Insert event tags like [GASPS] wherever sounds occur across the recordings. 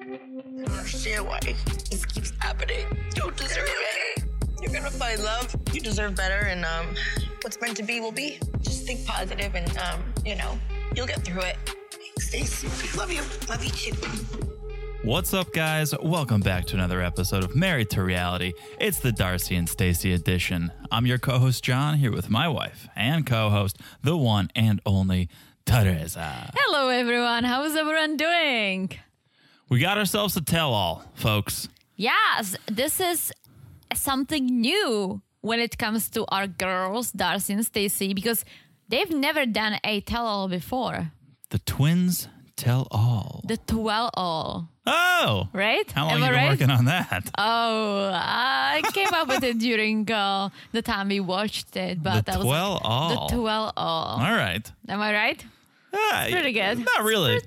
don't understand why this keeps happening. You don't deserve it. You're gonna find love. You deserve better, and um, what's meant to be will be. Just think positive, and um, you know, you'll get through it. Thanks, Stacey. Love you. Love you too. What's up, guys? Welcome back to another episode of Married to Reality. It's the Darcy and Stacy edition. I'm your co host, John, here with my wife and co host, the one and only Teresa. Hello, everyone. How is everyone doing? We got ourselves a tell all, folks. Yes, this is something new when it comes to our girls, Darcy and Stacy, because they've never done a tell all before. The twins tell all. The 12 all, Oh! right? How long Am you I been right? working on that? Oh, I came up with it during uh, the time we watched it, but the I was like, twelve all. the 12 all. All right. Am I right? Ah, Pretty good. Not really.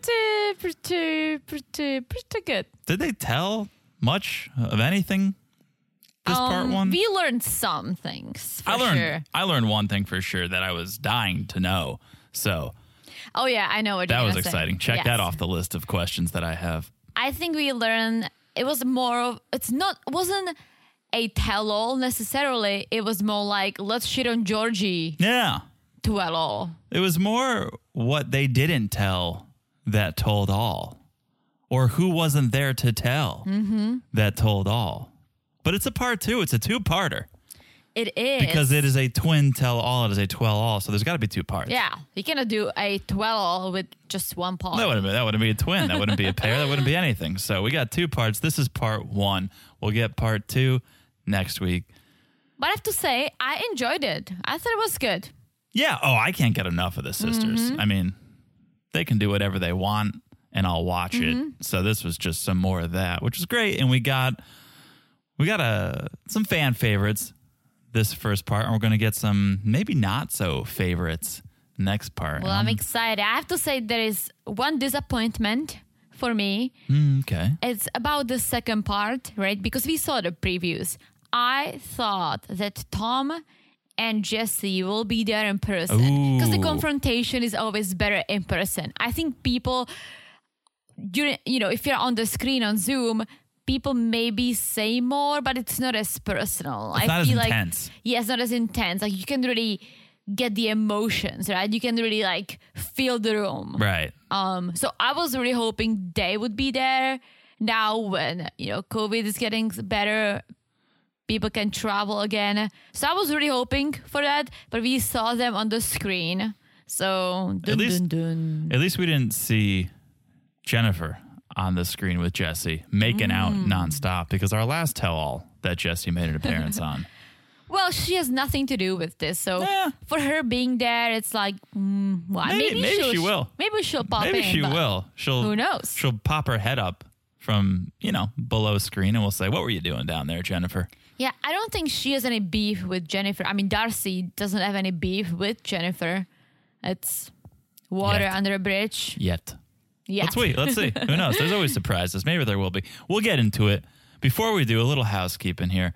Pretty, pretty, pretty, pretty good. Did they tell much of anything? This part Um, one. We learned some things. For I learned. Sure. I learned one thing for sure that I was dying to know. So Oh yeah, I know what that you're was gonna say. exciting. Check Yes. that off the list of questions that I have. I think we learned it was more of it's not wasn't a tell all necessarily. It was more like let's shit on Georgie Yeah, to at all. it was more what they didn't tell that told all, or who wasn't there to tell Mm-hmm. that told all. But it's a part two. It's a two-parter It is because it is a twin tell all. It is a twelve all. So there's got to be two parts. yeah. You cannot do a twelve all with just one part. That wouldn't be that wouldn't be a twin. That wouldn't be a pair. That wouldn't be anything. So we got two parts. This is part one. We'll get part two next week. But I have to say I enjoyed it. I thought it was good. Yeah. Oh, I can't get enough of the sisters. Mm-hmm. I mean, they can do whatever they want and I'll watch Mm-hmm. it. So this was just some more of that, which was great. And we got we got uh some fan favorites this first part, and we're gonna get some maybe not so favorites next part. Well, I'm excited. I have to say there is one disappointment for me. Mm, okay. It's about the second part, right? Because we saw the previews. I thought that Tom and Jesse will be there in person because the Ooh. confrontation is always better in person. I think people during, you know, if you're on the screen on Zoom, people maybe say more, but it's not as personal. It's not as intense. like yeah, it's not as intense. Like you can really get the emotions, right? You can really like feel the room. Right. Um, so I was really hoping they would be there. Now when you know COVID is getting better, people can travel again. So I was really hoping for that, but we saw them on the screen. So dun, least- dun, dun. At least we didn't see Jennifer on the screen with Jesse making out Mm. nonstop because our last tell all that Jesse made an [LAUGHS] appearance on. well, she has nothing to do with this. So Yeah. for her being there, it's like mm, why Maybe- maybe she'll- she will. Maybe she'll pop Maybe in. she but- will. She'll who knows? She'll pop her head up from, you know, below screen and we'll say, What were you doing down there, Jennifer? Yeah, I don't think she has any beef with Jennifer. I mean, Darcy doesn't have any beef with Jennifer. It's water Yet. under a bridge. Yet. Yeah. Let's wait. Let's see. Who knows? There's always surprises. Maybe there will be. We'll get into it. Before we do, a little housekeeping here.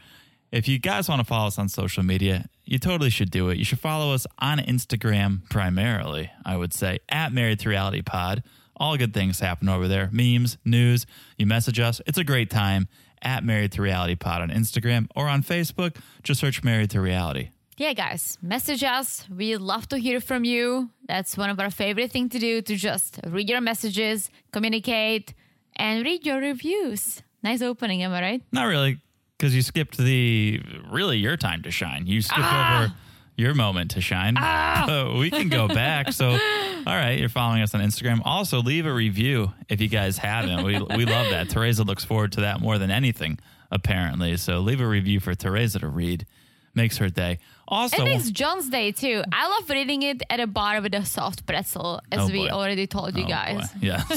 If you guys want to follow us on social media, you totally should do it. You should follow us on Instagram primarily, I would say, at Married to Reality Pod. All good things happen over there memes, news. You message us. It's a great time at Married to Reality Pod on Instagram or on Facebook. Just search Married to Reality. yeah, guys, message us. we love to hear from you. That's one of our favorite thing to do to just read your messages, communicate, and read your reviews. Nice opening, am I right? Not really, because you skipped the really your time to shine. You skipped over your moment to shine. [LAUGHS] So we can go back. So, all right, you're following us on Instagram. Also, leave a review if you guys haven't. We we love that. Teresa looks forward to that more than anything, apparently. So leave a review for Teresa to read. Makes her day. Also, It makes John's day too. I love reading it at a bar with a soft pretzel, as Oh, we boy. already told you Oh, guys. boy. [LAUGHS] Yes.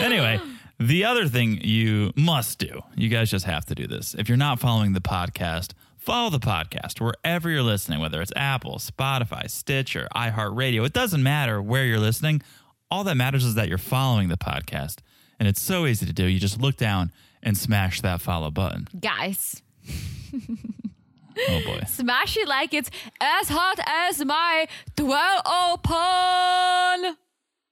anyway, the other thing you must do, you guys just have to do this. If you're not following the podcast, follow the podcast wherever you're listening, whether it's Apple, Spotify, Stitcher, iHeartRadio. It doesn't matter where you're listening. All that matters is that you're following the podcast. And it's so easy to do. You just look down and smash that follow button. Guys, Oh [LAUGHS] boy. smash it like it's as hot as my 12 open.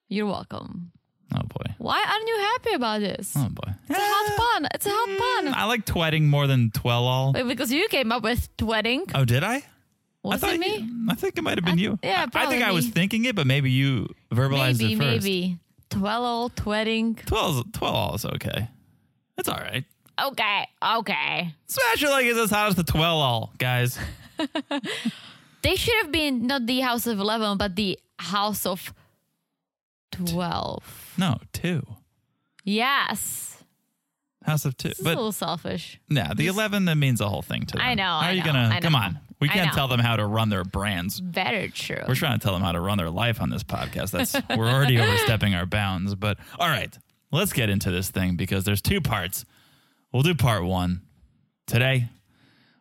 You're welcome. Oh boy. Why aren't you happy about this? Oh boy. It's a hot pun. It's a hot pun. I like twetting more than twell all. Wait, because you came up with twedding. Oh, did I? Was I thought it me? you- I think it might have been I- you. yeah, I- I think I probably was me. thinking it, but maybe you verbalized maybe, it first. maybe. Twello, twedding. 12, 12 all is okay. That's all right. Okay, okay. Smash your leg is as hot as the 12 all, [LAUGHS] guys. They should have been not the house of 11, but the house of 12. No, two. Yes. House of two. This is a But little selfish. nah, the 11, that means a whole thing to them. I know, How I are you know, going I to? Come know. on. We I can't know. tell them how to run their brands. Very true. We're trying to tell them how to run their life on this podcast. That's we're already overstepping our bounds. But all right, let's get into this thing because there's two parts. We'll do part one today.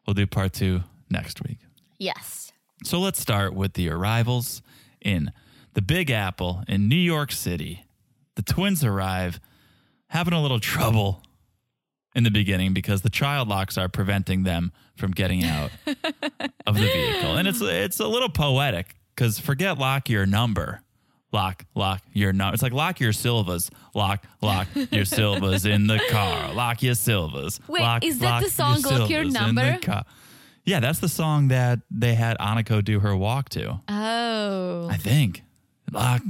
We'll do part two next week. yes. So let's start with the arrivals in the Big Apple in New York City. The twins arrive, having a little trouble in the beginning because the child locks are preventing them from getting [LAUGHS] out of the vehicle. And it's it's a little poetic because forget lock your number. Lock, lock your number. It's like lock your Silvas. Lock, lock your Silvas in the car. Lock your Silvas. Wait, Lock, is that the song, Lock Your Silvas in the Number? car. Yeah, that's the song that they had Aniko do her walk to. Oh. I think. Lock,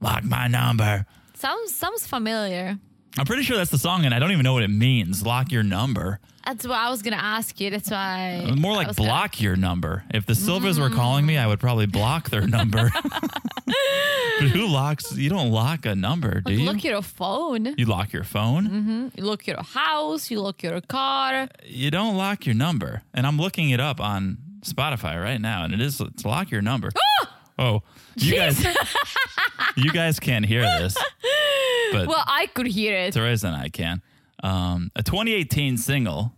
lock my number. Sounds sounds familiar. I'm pretty sure that's the song, and I don't even know what it means. Lock your number. That's what I was gonna ask you. That's why Uh, More I like was Mm. gonna- block your number. If the Silvers were calling me, I would probably block their [LAUGHS] number. but who locks? You don't lock a number, do Like, you? look Mm-hmm. your phone. you lock your phone. You look your house. You look your car. You don't lock your number. And I'm looking it up on Spotify right now, and it is it's lock your [GASPS] number. Oh, you guys, [LAUGHS] you guys can't hear [LAUGHS] this, but Well, I could hear it. Teresa and I can. Um, a 2018 single,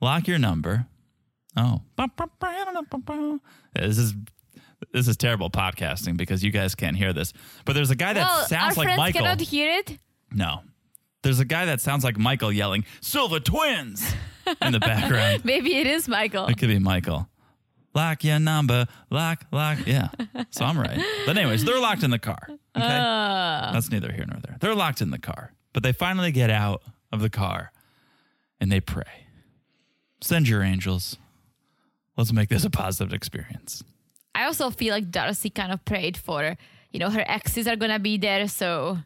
"Lock Your Number." Oh, this is this is terrible podcasting because you guys can't hear this. But there's a guy that well, sounds our like friends Michael. cannot hear it. no, there's a guy that sounds like Michael yelling "Silver Twins" in the background. Maybe it is Michael. It could be Michael. Lock your number, lock, lock. Yeah. So I'm right. But, anyways, they're locked in the car. Okay. Uh. That's neither here nor there. They're locked in the car, but they finally get out of the car and they pray. Send your angels. Let's make this a positive experience. I also feel like Darcy kind of prayed for, you know, her exes are gonna be there, so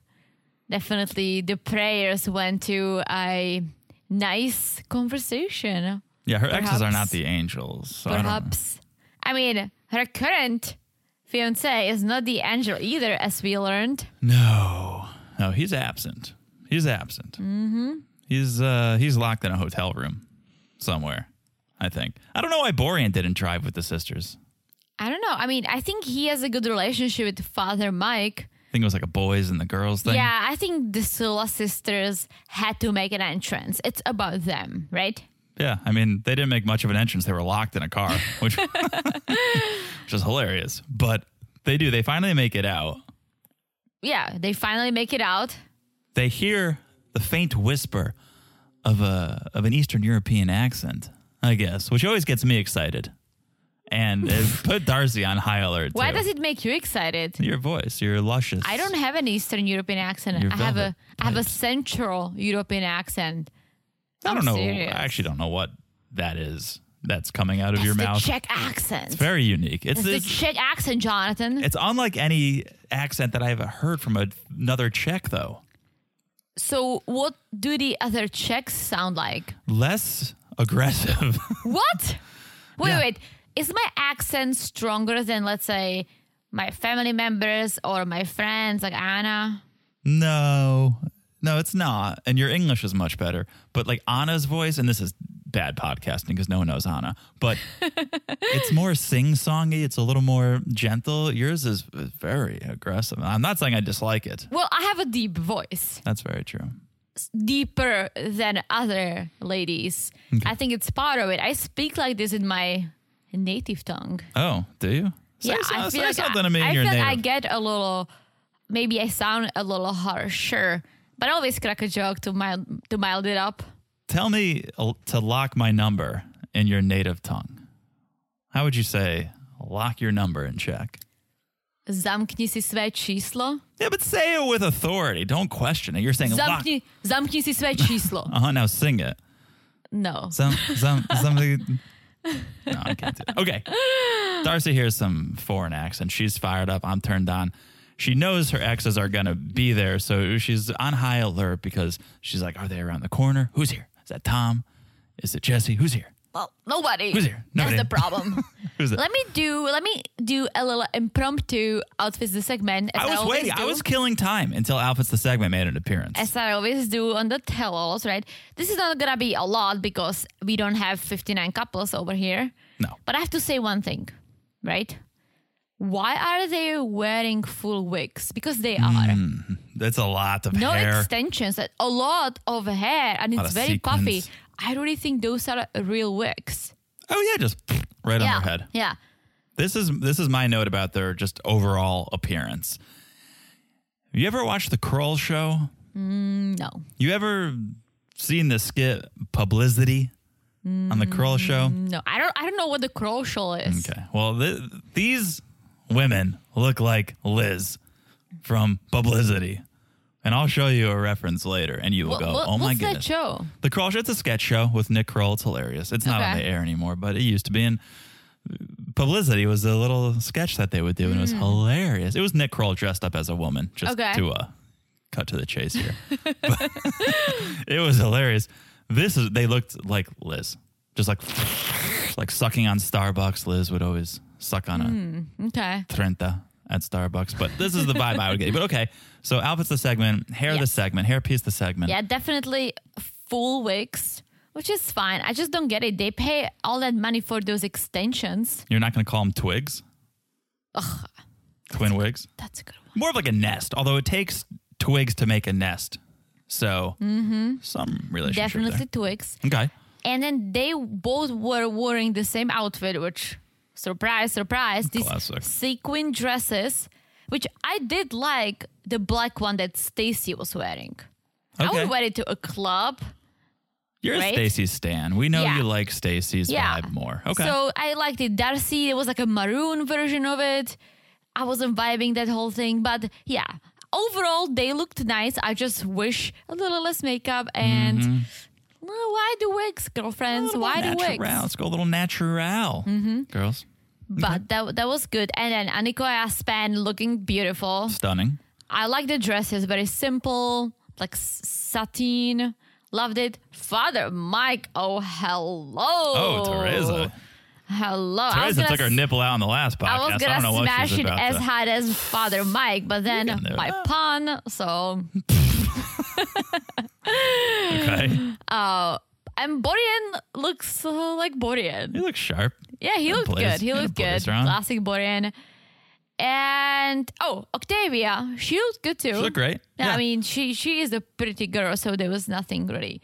definitely the prayers went to a nice conversation. Yeah. Her exes are Perhaps. not the angels. So I don't know. Perhaps. I, mean, her current fiance is not the angel either, as we learned. No, no, he's absent. He's absent. Mm-hmm. He's uh, he's locked in a hotel room somewhere. I think. I don't know why Borean didn't drive with the sisters. I don't know. I mean, I think he has a good relationship with Father Mike. I think it was like a boys and the girls thing. Yeah, I think the Sula sisters had to make an entrance. It's about them, right? Yeah. I mean, they didn't make much of an entrance. They were locked in a car, which, [LAUGHS] which is hilarious. But they do. They finally make it out. Yeah, they finally make it out. They hear the faint whisper of a of an Eastern European accent, I guess, which always gets me excited. And it put Darcy on high alert. Why too. does it make you excited? your voice? Your luscious. I don't have an Eastern European accent. Your I have a velvet I have a pipes. Central European accent. I I'm don't know. serious. I actually don't know what that is. that's coming out of your It's the mouth. Czech accent. It's Very unique. It's the it's, Czech accent, Jonathan. it's unlike any accent that I've heard from a- another Czech though. so, what do the other Czechs sound like? Less aggressive. [LAUGHS] What? Wait, Yeah. wait. Is my accent stronger than, let's say, my family members or my friends, like Anna? No, no, it's not. And your English is much better. But like Anna's voice, and this is bad podcasting because no one knows Anna, [LAUGHS] but it's more sing songy. It's a little more gentle. Yours is very aggressive. I'm not saying I dislike it. Well, I have a deep voice, That's very true. It's deeper than other ladies. I think it's part of it. I speak like this in my native tongue. Oh, do you? Say, so- I say feel like something I, to me in I your feel like I native. get a little. Maybe I sound a little harsher, but I always crack a joke to mild to mild it up. Tell me uh, to lock my number in your native tongue. How would you say lock your number in Czech? Zamkni si své číslo. Yeah, but say it with authority. Don't question it. You're saying lock. Zamkni, zamkni si své číslo. [LAUGHS] Uh huh. Now sing it. No. Some, some, somebody. No, I can't do it. Okay. Darcy hears some foreign accent. She's fired up. I'm turned on. She knows her exes are going to be there. So she's on high alert because she's like, are they around the corner? Who's here? Is that Tom? Is it Jesse? Who's here? Well, nobody. Who's here? That's Nobody. the [LAUGHS] problem. Who's that? let me do let me do a little impromptu outfits the segment. As I was always waiting. I do. was killing time until Outfits the Segment made an appearance. as I always do on the tell-alls, right? This is not gonna be a lot because we don't have 59 couples over here. No. But I have to say one thing, right? Why are they wearing full wigs? Because they are. That's a lot of no Hmm, hair. extensions, a lot of hair, and Lot it's of very puffy. sequins. I really think those are real wigs. oh, yeah. Just right on her head. Yeah. This is this is my note about their just overall appearance. You ever watched the Kroll show? No. You ever seen the skit publicity on the Kroll show? No. I don't I don't know what the crow shawl is. Okay. Well, th- these women look like Liz from publicity. And I'll show you a reference later and you will Wha- go, wha- "Oh my what's that goodness." show? The Kroll Show, it's a sketch show with Nick Kroll. It's hilarious. It's not on Okay. the air anymore, but it used to be. And publicity was a little sketch that they would do, and it was hilarious. It was Nick Kroll dressed up as a woman, just Hmm. Okay. to uh, cut to the chase [LAUGHS] here. [LAUGHS] But it was hilarious. This is, they looked like Liz, just like, like sucking on Starbucks. Liz would always suck on a Hmm. Okay. Trenta at Starbucks, but this is the vibe I would get. But okay, so outfits the segment, hair the Yes. segment, hair piece the segment. Yeah, definitely full wigs, which is fine. I just don't get it. They pay all that money for those extensions. You're not going to call them twigs? Twin wigs? That's a good one. More of like a nest, although it takes twigs to make a nest. So, some relationship Mm-hmm. Definitely twigs. there. Okay. And then they both were wearing the same outfit, which surprise, surprise, these Classic. sequin dresses, which I did like the black one that Stacy was wearing. I Okay. would wear it to a club. You're a right? Stacy's stan. We know Yeah. you like Stacy's Yeah. vibe more. Okay. So I liked it. Darcy, it was like a maroon version of it. I wasn't vibing that whole thing, but yeah. Overall, they looked nice. I just wish a little less makeup and well, why the wigs, girlfriends? Why the Mm-hmm. natural. wigs? Mm-hmm. Let's go a little natural, girls. But that that was good. And then Aniko Aspen looking beautiful. Stunning. I like the dresses, very simple, like s- sateen. Loved it. Father Mike, oh hello. Oh, Teresa. Hello. I Teresa was gonna took her s- nipple out on the last podcast. I was don't know gonna what smash she's it about as to- hard as Father Mike, but then do it. my pun. So Okay. and Borian looks uh, like Borian. You look sharp. Yeah, he looked blazer- good. He in a looked good. blazer, huh? Classic Borian. And oh, Octavia, she looked good too. You look great. I mean, she she is a pretty girl, so there was nothing really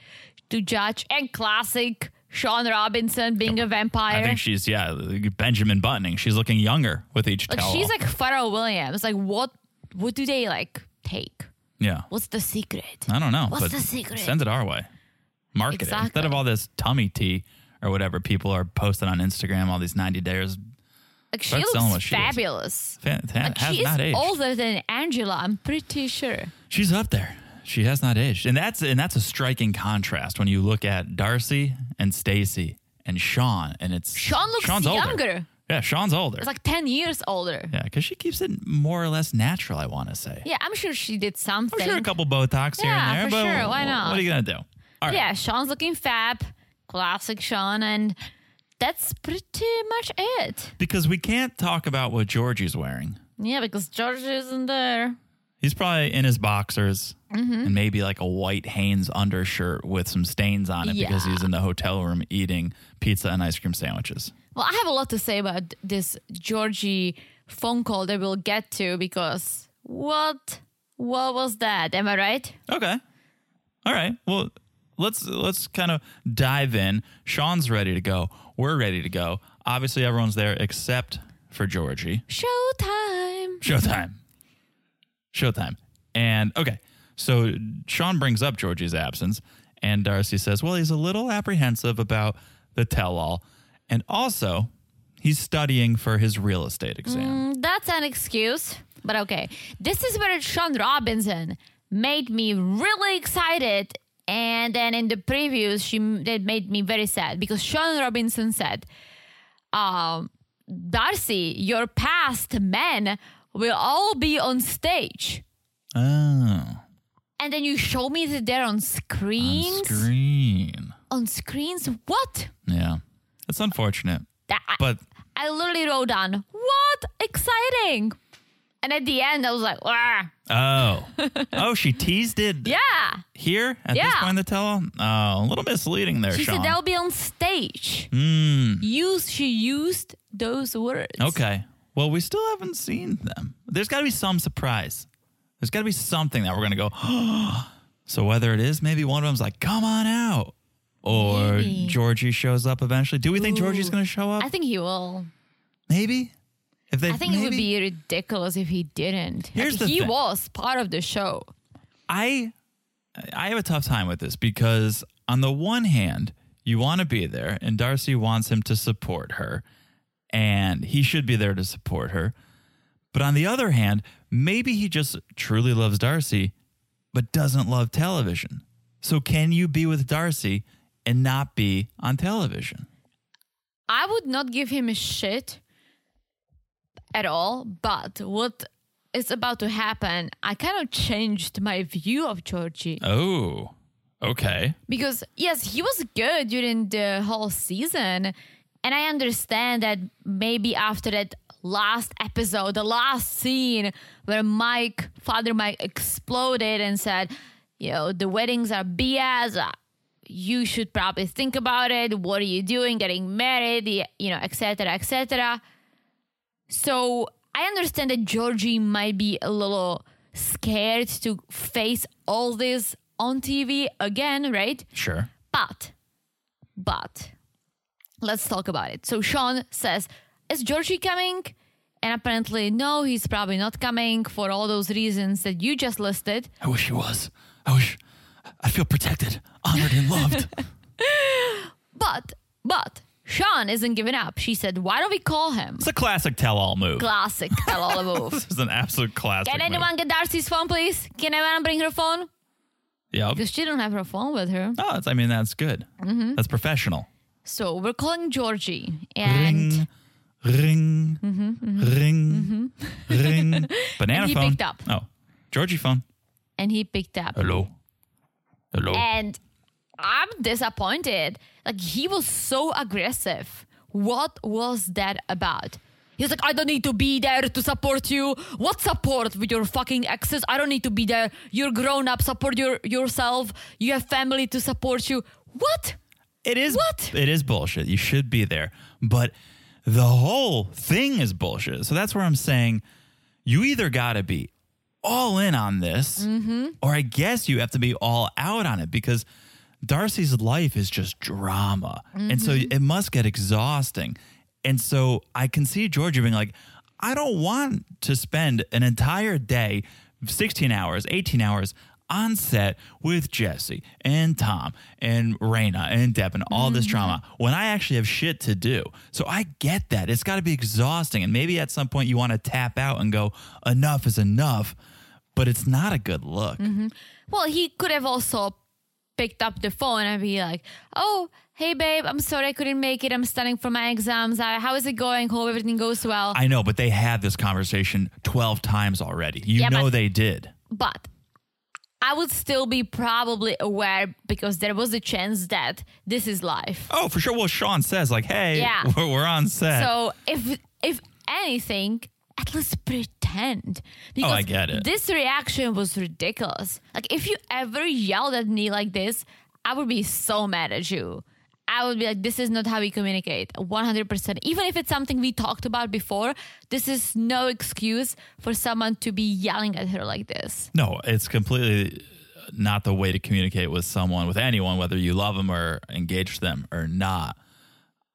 to judge. And classic Sean Robinson being a vampire. I think she's yeah Benjamin Buttoning. She's looking younger with each like towel. she's like Pharrell Williams. Like what what do they like take? yeah. What's the secret? I don't know. What's but the secret? Send it our way. Market it instead Exactly. of all this tummy tea or whatever people are posting on Instagram. All these ninety days. Like she Start selling what looks she is. fabulous. Fan, fan- Like has she not is aged. older than Angela, I'm pretty sure. She's up there. She has not aged, and that's and that's a striking contrast when you look at Darcy and Stacy and Sean, and it's Sean looks Sean's older. younger. Yeah, Sean's older. It's like 10 years older. yeah, because she keeps it more or less natural. I want to say. Yeah, I'm sure she did I'm something. sure a couple Botox here Yeah, and there, for but sure. Why wh- not? What are you gonna do? All right. Yeah, Sean's looking fab. Classic Sean. And that's pretty much it. Because we can't talk about what Georgie's wearing. Yeah, because George isn't there. He's probably in his boxers and maybe like a white Hanes undershirt with some stains on it because Yeah. he's in the hotel room eating pizza and ice cream sandwiches. Well, I have a lot to say about this Georgie phone call that we'll get to because what what was that? Am I right? Okay. All right. Well, let's let's kind of dive in. Sean's ready to go. We're ready to go. Obviously, everyone's there except for Georgie. Showtime. Showtime. Showtime. And okay, so Sean brings up Georgie's absence, and Darcy says, Well, he's a little apprehensive about the tell all. And also, he's studying for his real estate exam. That's an excuse, but okay. This is where Sean Robinson made me really excited. And then in the previews, she that made me very sad because Sean Robinson said, um, Darcy, your past men will all be on stage. Mm. Oh, And then you show me that they're on screens. screen. On, screens? What? Yeah, that's unfortunate. That, I- But I literally wrote down, what exciting. And at the end, I was like, "Wah." [LAUGHS] oh, oh, she teased it yeah. here at this Yeah. point in the tell all. Oh, a little misleading there, She Sean. Hmm. said they'll be on stage. Use she used those words. Okay. Well, we still haven't seen them. There's got to be some surprise. There's got to be something that we're going to go, [GASPS] so whether it is maybe one of them's like, come on out. Or Maybe. Georgie shows up eventually. Do we think Georgie's going to show up? I think he will. maybe. If they, I think it would maybe? be ridiculous if he didn't. Here's the he thing. was part of the show. I I have a tough time with this because on the one hand, you want to be there and Darcy wants him to support her and he should be there to support her. But on the other hand, maybe he just truly loves Darcy but doesn't love television. So can you be with Darcy and not be on television? I would not give him a shit at all, but what is about to happen, I kind of changed my view of Georgie. Oh. Okay. Because yes, he was good during the whole season, and I understand that maybe after that last episode, the last scene where Mike, Father Mike, exploded and said, "You know, the weddings are BS. uh, You should probably think about it. What are you doing? Getting married? y- You know, etc., etc." So I understand that Georgie might be a little scared to face all this on TV again, right? Sure. But, but, let's talk about it. So Sean says, Is Georgie coming? And apparently, no, he's probably not coming for all those reasons that you just listed. I wish he was. I wish I feel protected, honored and [LAUGHS] loved. But, but, Sean isn't giving up. She said, Why don't we call him? it's a classic tell-all move. Classic tell all [LAUGHS] move. This is an absolute classic. Can move. anyone get Darcy's phone, please? Can anyone bring her phone? Yep. Because she don't have her phone with her. Oh, that's, I mean, that's good. Mm-hmm. That's professional. So we're calling Georgie and Mm-hmm, ring, ring, ring. Banana [LAUGHS] And he phone. picked up. Oh, Georgie phone. and he picked up. Hello. Hello. And I'm disappointed. Like he was so aggressive. What was that about? He's like, I don't need to be there to support you. What support with your fucking exes? I don't need to be there. You're grown up. Support your yourself. You have family to support you. What? it is what? It is bullshit. You should be there, but the whole thing is bullshit. So that's where I'm saying you either got to be all in on this, or I guess you have to be all out on it because Darcy's life is just drama. And so it must get exhausting. And so I can see Georgia being like, I don't want to spend an entire day, 16 hours, 18 hours on set with Jesse and Tom and Raina and Deb and all this drama when I actually have shit to do. So I get that. It's got to be exhausting. And maybe at some point you want to tap out and go, enough is enough, but it's not a good look. Well, he could have also picked up the phone and be like, "Oh, hey babe, I'm sorry I couldn't make it. I'm studying for my exams. Uh, How is it going? Hope everything goes well." I know, but they had this conversation 12 times already. You Yeah, know but- they did. but I would still be probably aware because there was a chance that this is life. Oh, for sure. Well, Sean says, like, hey, Yeah. we're, [LAUGHS] we're on set. So if if anything, at least pretend. Because Oh, I get it. This reaction was ridiculous. Like if you ever yelled at me like this, I would be so mad at you. I would be like, this is not how we communicate. 100%. Even if it's something we talked about before, this is no excuse for someone to be yelling at her like this. no, it's completely not the way to communicate with someone, with anyone, whether you love them or engage them or not.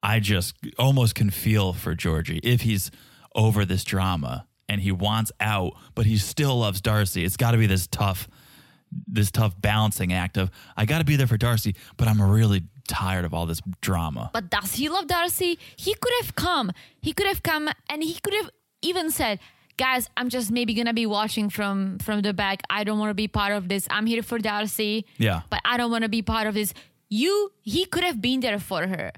I just almost can feel for Georgie if he's over this drama and he wants out, but he still loves Darcy. It's got to be this tough, this tough balancing act of I got to be there for Darcy, but I'm really tired of all this drama. But does he love Darcy? He could have come. He could have come and he could have even said, "Guys, I'm just maybe going to be watching from from the back. I don't want to be part of this. I'm here for Darcy." Yeah. But I don't want to be part of this. You he could have been there for her.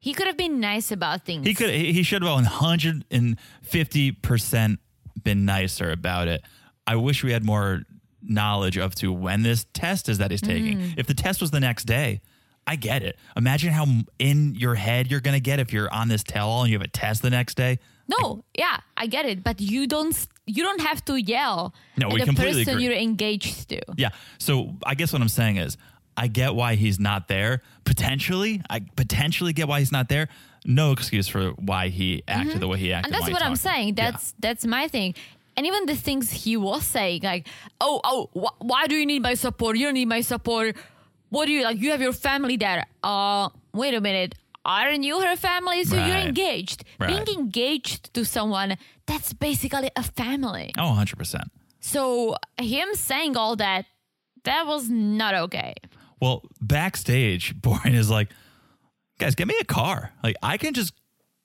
He could have been nice about things. He could. He he should have one hundred and fifty percent been nicer about it. I wish we had more knowledge of to when this test is that he's taking. Mm. If the test was the next day, I get it. Imagine how m- in your head you're gonna get if you're on this tell all and you have a test the next day. No, yeah, I get it, but you don't you don't have to yell No, at we the completely person agree. you're engaged to. Yeah. So I guess what I'm saying is, I get why he's not there. Potentially, I potentially get why he's not there. No excuse for why he acted the way he acted. Mm-hmm. and that's while he what I'm talked. saying. Yeah. That's that's my thing. And even the things he was saying, like, oh, oh, wh- why do you need my support? You don't need my support. What do you like? You have your family there. Uh, wait a minute. Aren't you her family? So Right. you're engaged. Right. Being engaged to someone that's basically a family. Oh, 100 percent. So him saying all that, that was not okay. Well, backstage, [LAUGHS] Boren is like, guys, get me a car. Like, I can just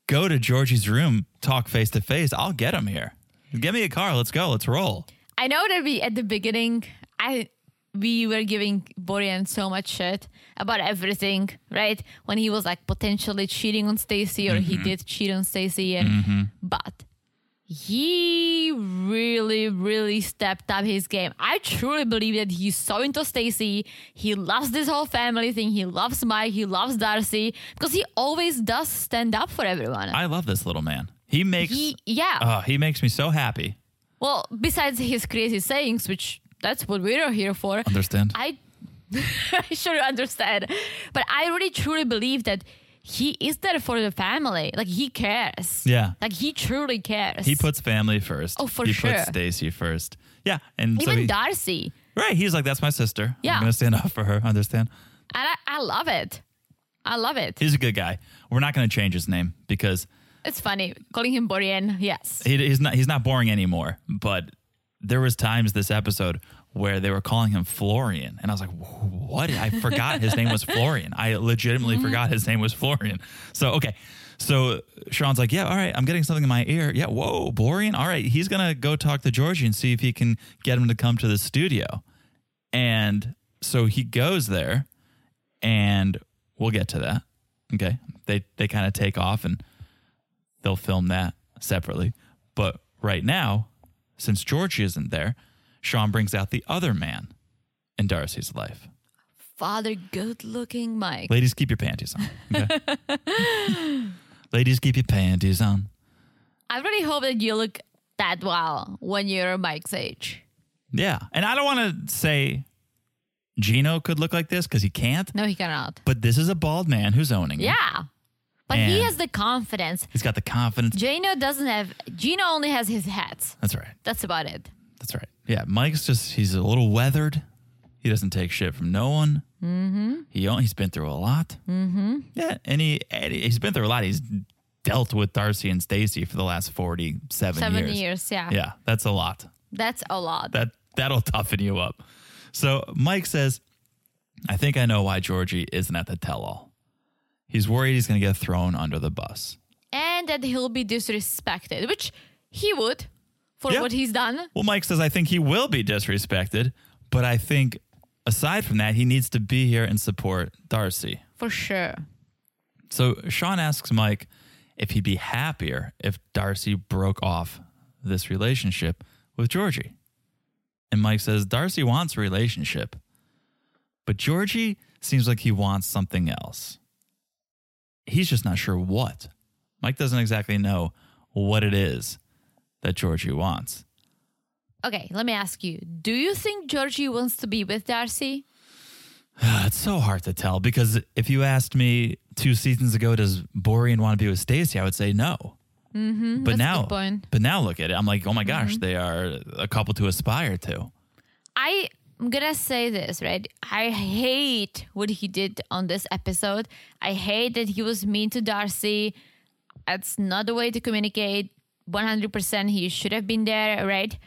go to Georgie's room, talk face to face. I'll get him here. Get me a car. Let's go. Let's roll. I know that we at the beginning, I we were giving Borian so much shit about everything, right? When he was like potentially cheating on Stacy, or he did cheat on Stacy, and but he really, really stepped up his game. I truly believe that he's so into Stacy. He loves this whole family thing. He loves Mike. He loves Darcy because he always does stand up for everyone. I love this little man. He makes he, yeah. oh, he makes me so happy. Well, besides his crazy sayings, which that's what we're here for. Understand? I, [LAUGHS] I sure understand, but I really truly believe that he is there for the family. Like he cares. Yeah. Like he truly cares. He puts family first. Oh, for he He sure. puts Stacy first. Yeah, and so even he, Darcy, right, he's like, "That's my sister. Yeah. I'm gonna stand [LAUGHS] up for her." Understand? and I, I love it. I love it. He's a good guy. We're not gonna change his name because It's funny calling him Borian. Yes. he, he's not he's not boring anymore. But there was times this episode where they were calling him Florian, and I was like, "What? I forgot his name was Florian. I legitimately forgot his name was Florian." So okay, so Sean's like, "Yeah, all right, I'm getting something in my ear. Yeah, whoa, Borian. All right, he's gonna go talk to Georgie and see if he can get him to come to the studio." And so he goes there, and we'll get to that. Okay, they they kind of take off and they'll film that separately. But right now, since Georgie isn't there, Sean brings out the other man in Darcy's life. Father, good-looking Mike. Ladies, keep your panties on. Okay? [LAUGHS] Ladies, keep your panties on. I really hope that you look that well when you're Mike's age. Yeah. And I don't want to say Gino could look like this because he can't, No, he cannot. but this is a bald man who's owning it. Yeah. But he And- has the confidence He's got the confidence. Gino doesn't have. Gino only has his hats. That's right. That's about it. That's right. Yeah, Mike's just he's a little weathered. He doesn't take shit from no one. Mm-hmm. He o- he's been through a lot. Mm-hmm. Yeah, and he and he's been through a lot. He's dealt with Darcy and Stacy for the last forty seven Seven years. years, yeah. Yeah, that's a lot. That's a lot. That that'll [LAUGHS] toughen you up. So Mike says, "I think I know why Georgie isn't at the tell-all. He's worried he's going to get thrown under the bus." and that he'll be disrespected, which he would for Yeah. what he's done. Well, Mike says, I think he will be disrespected, but I think aside from that, he needs to be here and support Darcy. for sure. So Sean asks Mike if he'd be happier if Darcy broke off this relationship with Georgie. And Mike says Darcy wants a relationship, but Georgie seems like he wants something else. He's just not sure what. Mike doesn't exactly know what it is that Georgie wants. Okay, let me ask you. Do you think Georgie wants to be with Darcy? It's so hard to tell because if you asked me two seasons ago, does Borean want to be with Stacy? I would say no. Mm-hmm, but that's a now, good point. Mm-hmm. but now look at it. I'm like, oh my gosh, they are a couple to aspire to. I am gonna say this, right? I hate what he did on this episode. I hate that he was mean to Darcy. That's not the way to communicate. 100% he should have been there, right?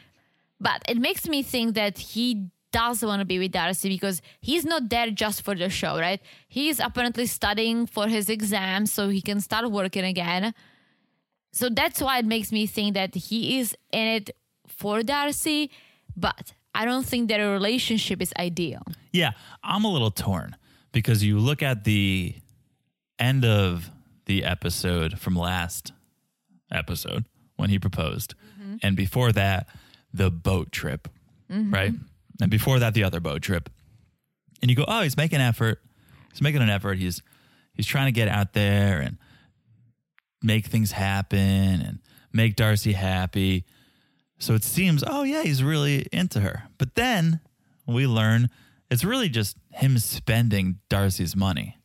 But it makes me think that he does want to be with Darcy because he's not there just for the show, right? He's apparently studying for his exam so he can start working again. So that's why it makes me think that he is in it for Darcy, but I don't think their relationship is ideal. Yeah, I'm a little torn because you look at the end of the episode from last episode when he proposed, and before that, the boat trip, right? And before that, the other boat trip, and you go, oh, he's making an effort. He's making an effort. He's he's trying to get out there and make things happen and make Darcy happy. So it seems, oh yeah, he's really into her. But then we learn it's really just him spending Darcy's money.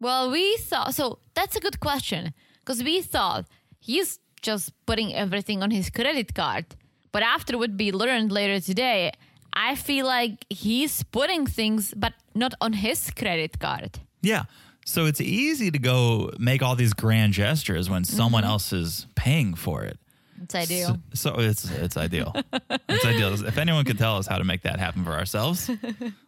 Well, we thought so that's a good question because we thought he's just putting everything on his credit card. But after what we learned later today, I feel like he's putting things but not on his credit card. Yeah. So it's easy to go make all these grand gestures when someone else is paying for it. That's Mm-hmm. ideal. So, so it's it's ideal. it's ideal. If anyone could tell us how to make that happen for [LAUGHS] ourselves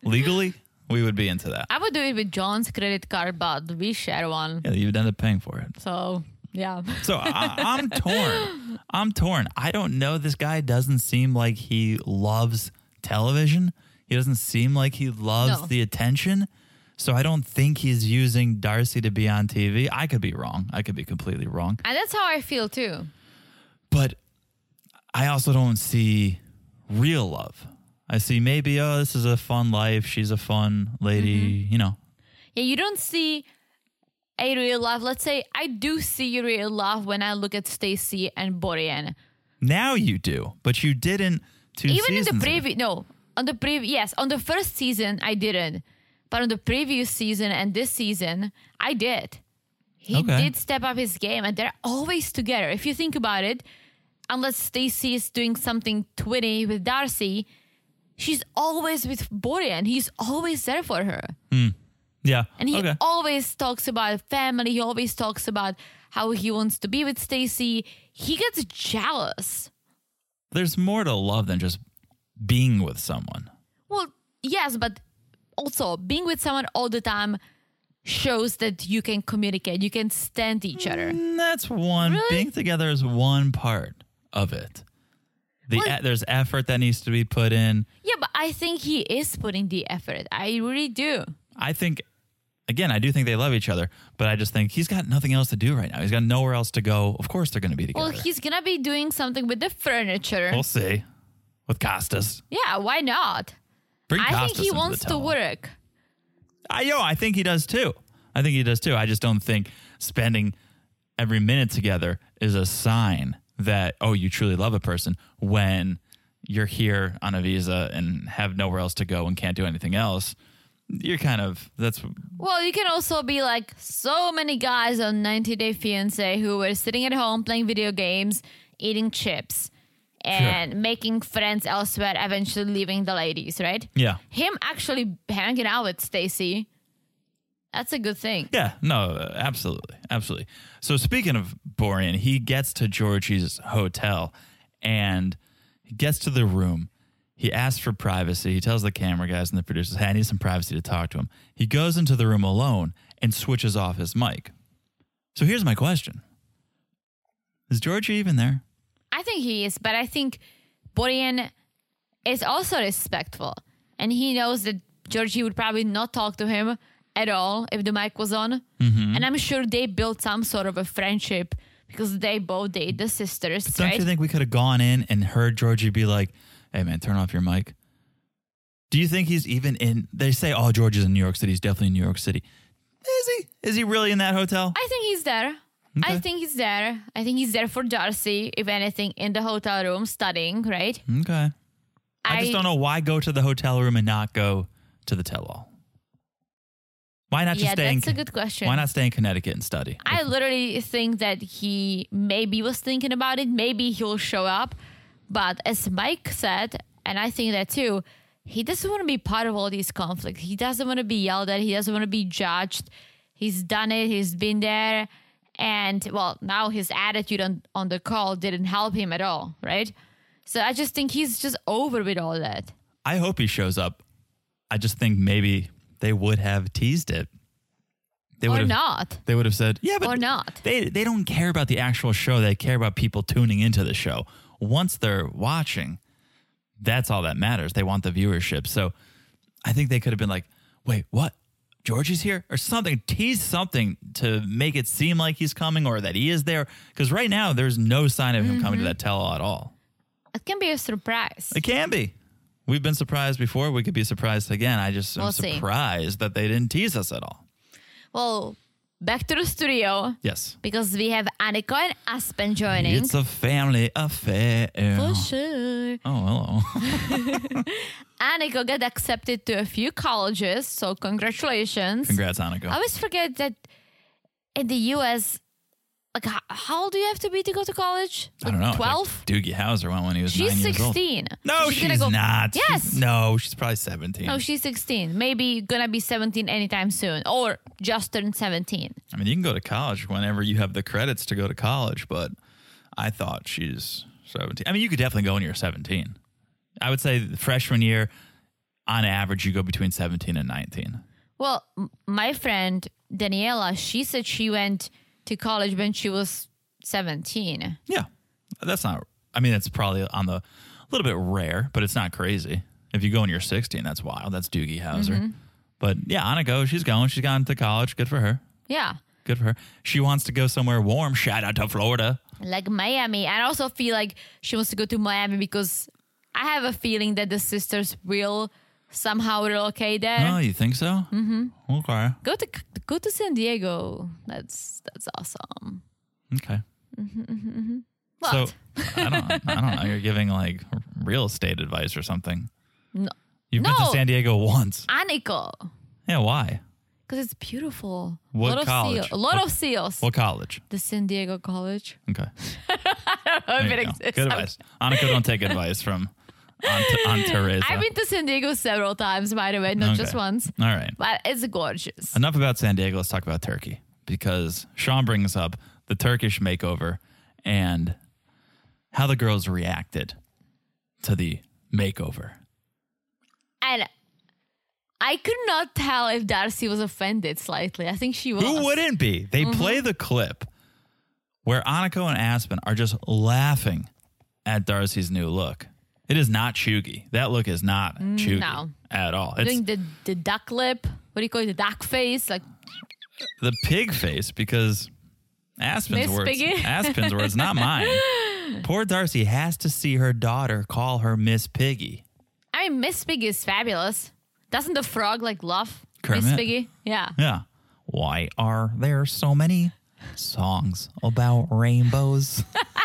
legally, we would be into that. I would do it with John's credit card, but we share one. Yeah, you'd end up paying for it. So yeah. So I, I'm torn. I'm torn. I don't know. This guy doesn't seem like he loves television. He doesn't seem like he loves No. the attention. So I don't think he's using Darcy to be on TV. I could be wrong. I could be completely wrong. And that's how I feel too. But I also don't see real love. I see maybe, oh, this is a fun life. She's a fun lady, Mm-hmm. you know. Yeah, you don't see a real love. Let's say I do see real love when I look at Stacy and Borean. Now you do, but you didn't two Even in the seasons ago. previous, no, on the previous, yes, on the first season I didn't, but on the previous season and this season I did. He Okay. did step up his game, and they're always together. If you think about it, unless Stacy is doing something twitty with Darcy, she's always with Borean. He's always there for her. Yeah. And he okay. always talks about family. He always talks about how he wants to be with Stacy. He gets jealous. there's more to love than just being with someone. Well, yes, but also being with someone all the time shows that you can communicate, you can stand each other. And that's one. Really? Being together is one part of it. The Well- e- there's effort that needs to be put in. Yeah, but I think he is putting the effort. I really do. I think again, I do think they love each other, but I just think he's got nothing else to do right now. He's got nowhere else to go. Of course they're going to be together. Well, he's gonna be doing something with the furniture. we'll see. With Costas. Yeah, why not? Bring I Costas think he into the wants to tunnel. work. I yo, I think he does too. I think he does too. I just don't think spending every minute together is a sign that oh, you truly love a person when you're here on a visa and have nowhere else to go and can't do anything else. You're kind of that's Well, you can also be like so many guys on 90 Day Fiancé who were sitting at home playing video games, eating chips, and making friends elsewhere, eventually leaving the ladies, right? yeah. Him actually hanging out with Stacy. That's a good thing. Yeah, no, absolutely. Absolutely. So speaking of Borean, he gets to Georgie's hotel and he gets to the room. He asks for privacy. He tells the camera guys and the producers, hey, I need some privacy to talk to him. He goes into the room alone and switches off his mic. So here's my question. Is Georgie even there? I think he is, but I think Borean is also respectful. and he knows that Georgie would probably not talk to him at all if the mic was on. Mm-hmm. And I'm sure they built some sort of a friendship because they both date the sisters, Don't right? you think we could have gone in and heard Georgie be like, hey, man, turn off your mic? Do you think he's even in? They say, oh, George is in New York City. He's definitely in New York City. Is he? Is he really in that hotel? I think he's there. I think he's there. I think he's there for Darcy, if anything, in the hotel room studying, right? okay. I, just don't know why go to the hotel room and not go to the tell all. Why not just Yeah, stay in that's a good question. Why not stay in Connecticut and study? I literally think that he maybe was thinking about it. Maybe he'll show up. But as Mike said, and I think that too, he doesn't want to be part of all these conflicts. He doesn't want to be yelled at. He doesn't want to be judged. He's done it, he's been there. And well, now his attitude on, on the call didn't help him at all, right? So I just think he's just over with all that. I hope he shows up. I just think maybe they would have teased it. They Or would have- not. They would have said, "Yeah, but Or not. They they don't care about the actual show. They care about people tuning into the show. Once they're watching, that's all that matters. They want the viewership. So I think they could have been like, "Wait, what? Georgie's here or something? Tease something to make it seem like he's coming or that he is there." Because right now, there's no sign of him coming to that Mm-hmm. tell-all at all. It can be a surprise. It can be. We've been surprised before. We could be surprised again. I just am We'll see. surprised that they didn't tease us at all. Well, back to the studio. Yes. because we have Annika and Aspen joining. It's a family affair. for sure. Oh, hello. Annika got accepted to a few colleges, so [LAUGHS] congratulations. Congrats, Annika. I always forget that in the US, like, how, how old do you have to be to go to college? I don't know. I feel like 12? Doogie Hauser went when he was nine She's years old. 16. No, So she's, gonna go- not. She's- Yes. no, she's probably 17. No, she's 16. Maybe gonna be 17 anytime soon, or just turned 17. I mean, you can go to college whenever you have the credits to go to college, but I thought she's 17. I mean, you could definitely go when you're 17. I would say the freshman year, on average, you go between 17 and 19. Well, m- my friend Daniela, she said she went to college when she was 17. Yeah. That's not, I mean, that's probably on the, a little bit rare, but it's not crazy. If you go when you're 16, that's wild. That's Doogie Hauser. Mm-hmm. But yeah, Annika, she's going. She's gone to college. Good for her. Yeah. Good for her. She wants to go somewhere warm. Shout out to Florida. like Miami. I also feel like she wants to go to Miami because I have a feeling that the sisters will somehow relocate there. Oh, you think so? Mm-hmm. Okay. Go to go to San Diego. That's that's awesome. Okay. What? So I don't, I don't know. You're giving like real estate advice or something. No. You've been to No. San Diego once. Anico, Yeah, why? because it's beautiful. What lot of college? Seal, a lot What- of seals. What college? The San Diego College. Okay. Oh, There you go. Good advice. Annika, don't take advice from Aunt, Aunt Teresa. [LAUGHS] I've been to San Diego several times, by the way, not just Okay. once. All right. But it's gorgeous. Enough about San Diego. Let's talk about Turkey because Sean brings up the Turkish makeover and how the girls reacted to the makeover. And I could not tell if Darcy was offended slightly. I think she was. Who wouldn't be? They Mm-hmm. play the clip where Aniko and Aspen are just laughing at Darcy's new look. It is not Chugi. That look is not Chugi Mm, no. at all. It's doing the the duck lip. What do you call it? The duck face. Like the pig face because Aspen's Miss words. Piggy? [LAUGHS] Aspen's words, not mine. Poor Darcy has to see her daughter call her Miss Piggy. I mean, Miss Piggy is fabulous. Doesn't the frog like love Miss Kermit? Piggy? Yeah. Yeah. Why are there so many songs about rainbows? [LAUGHS]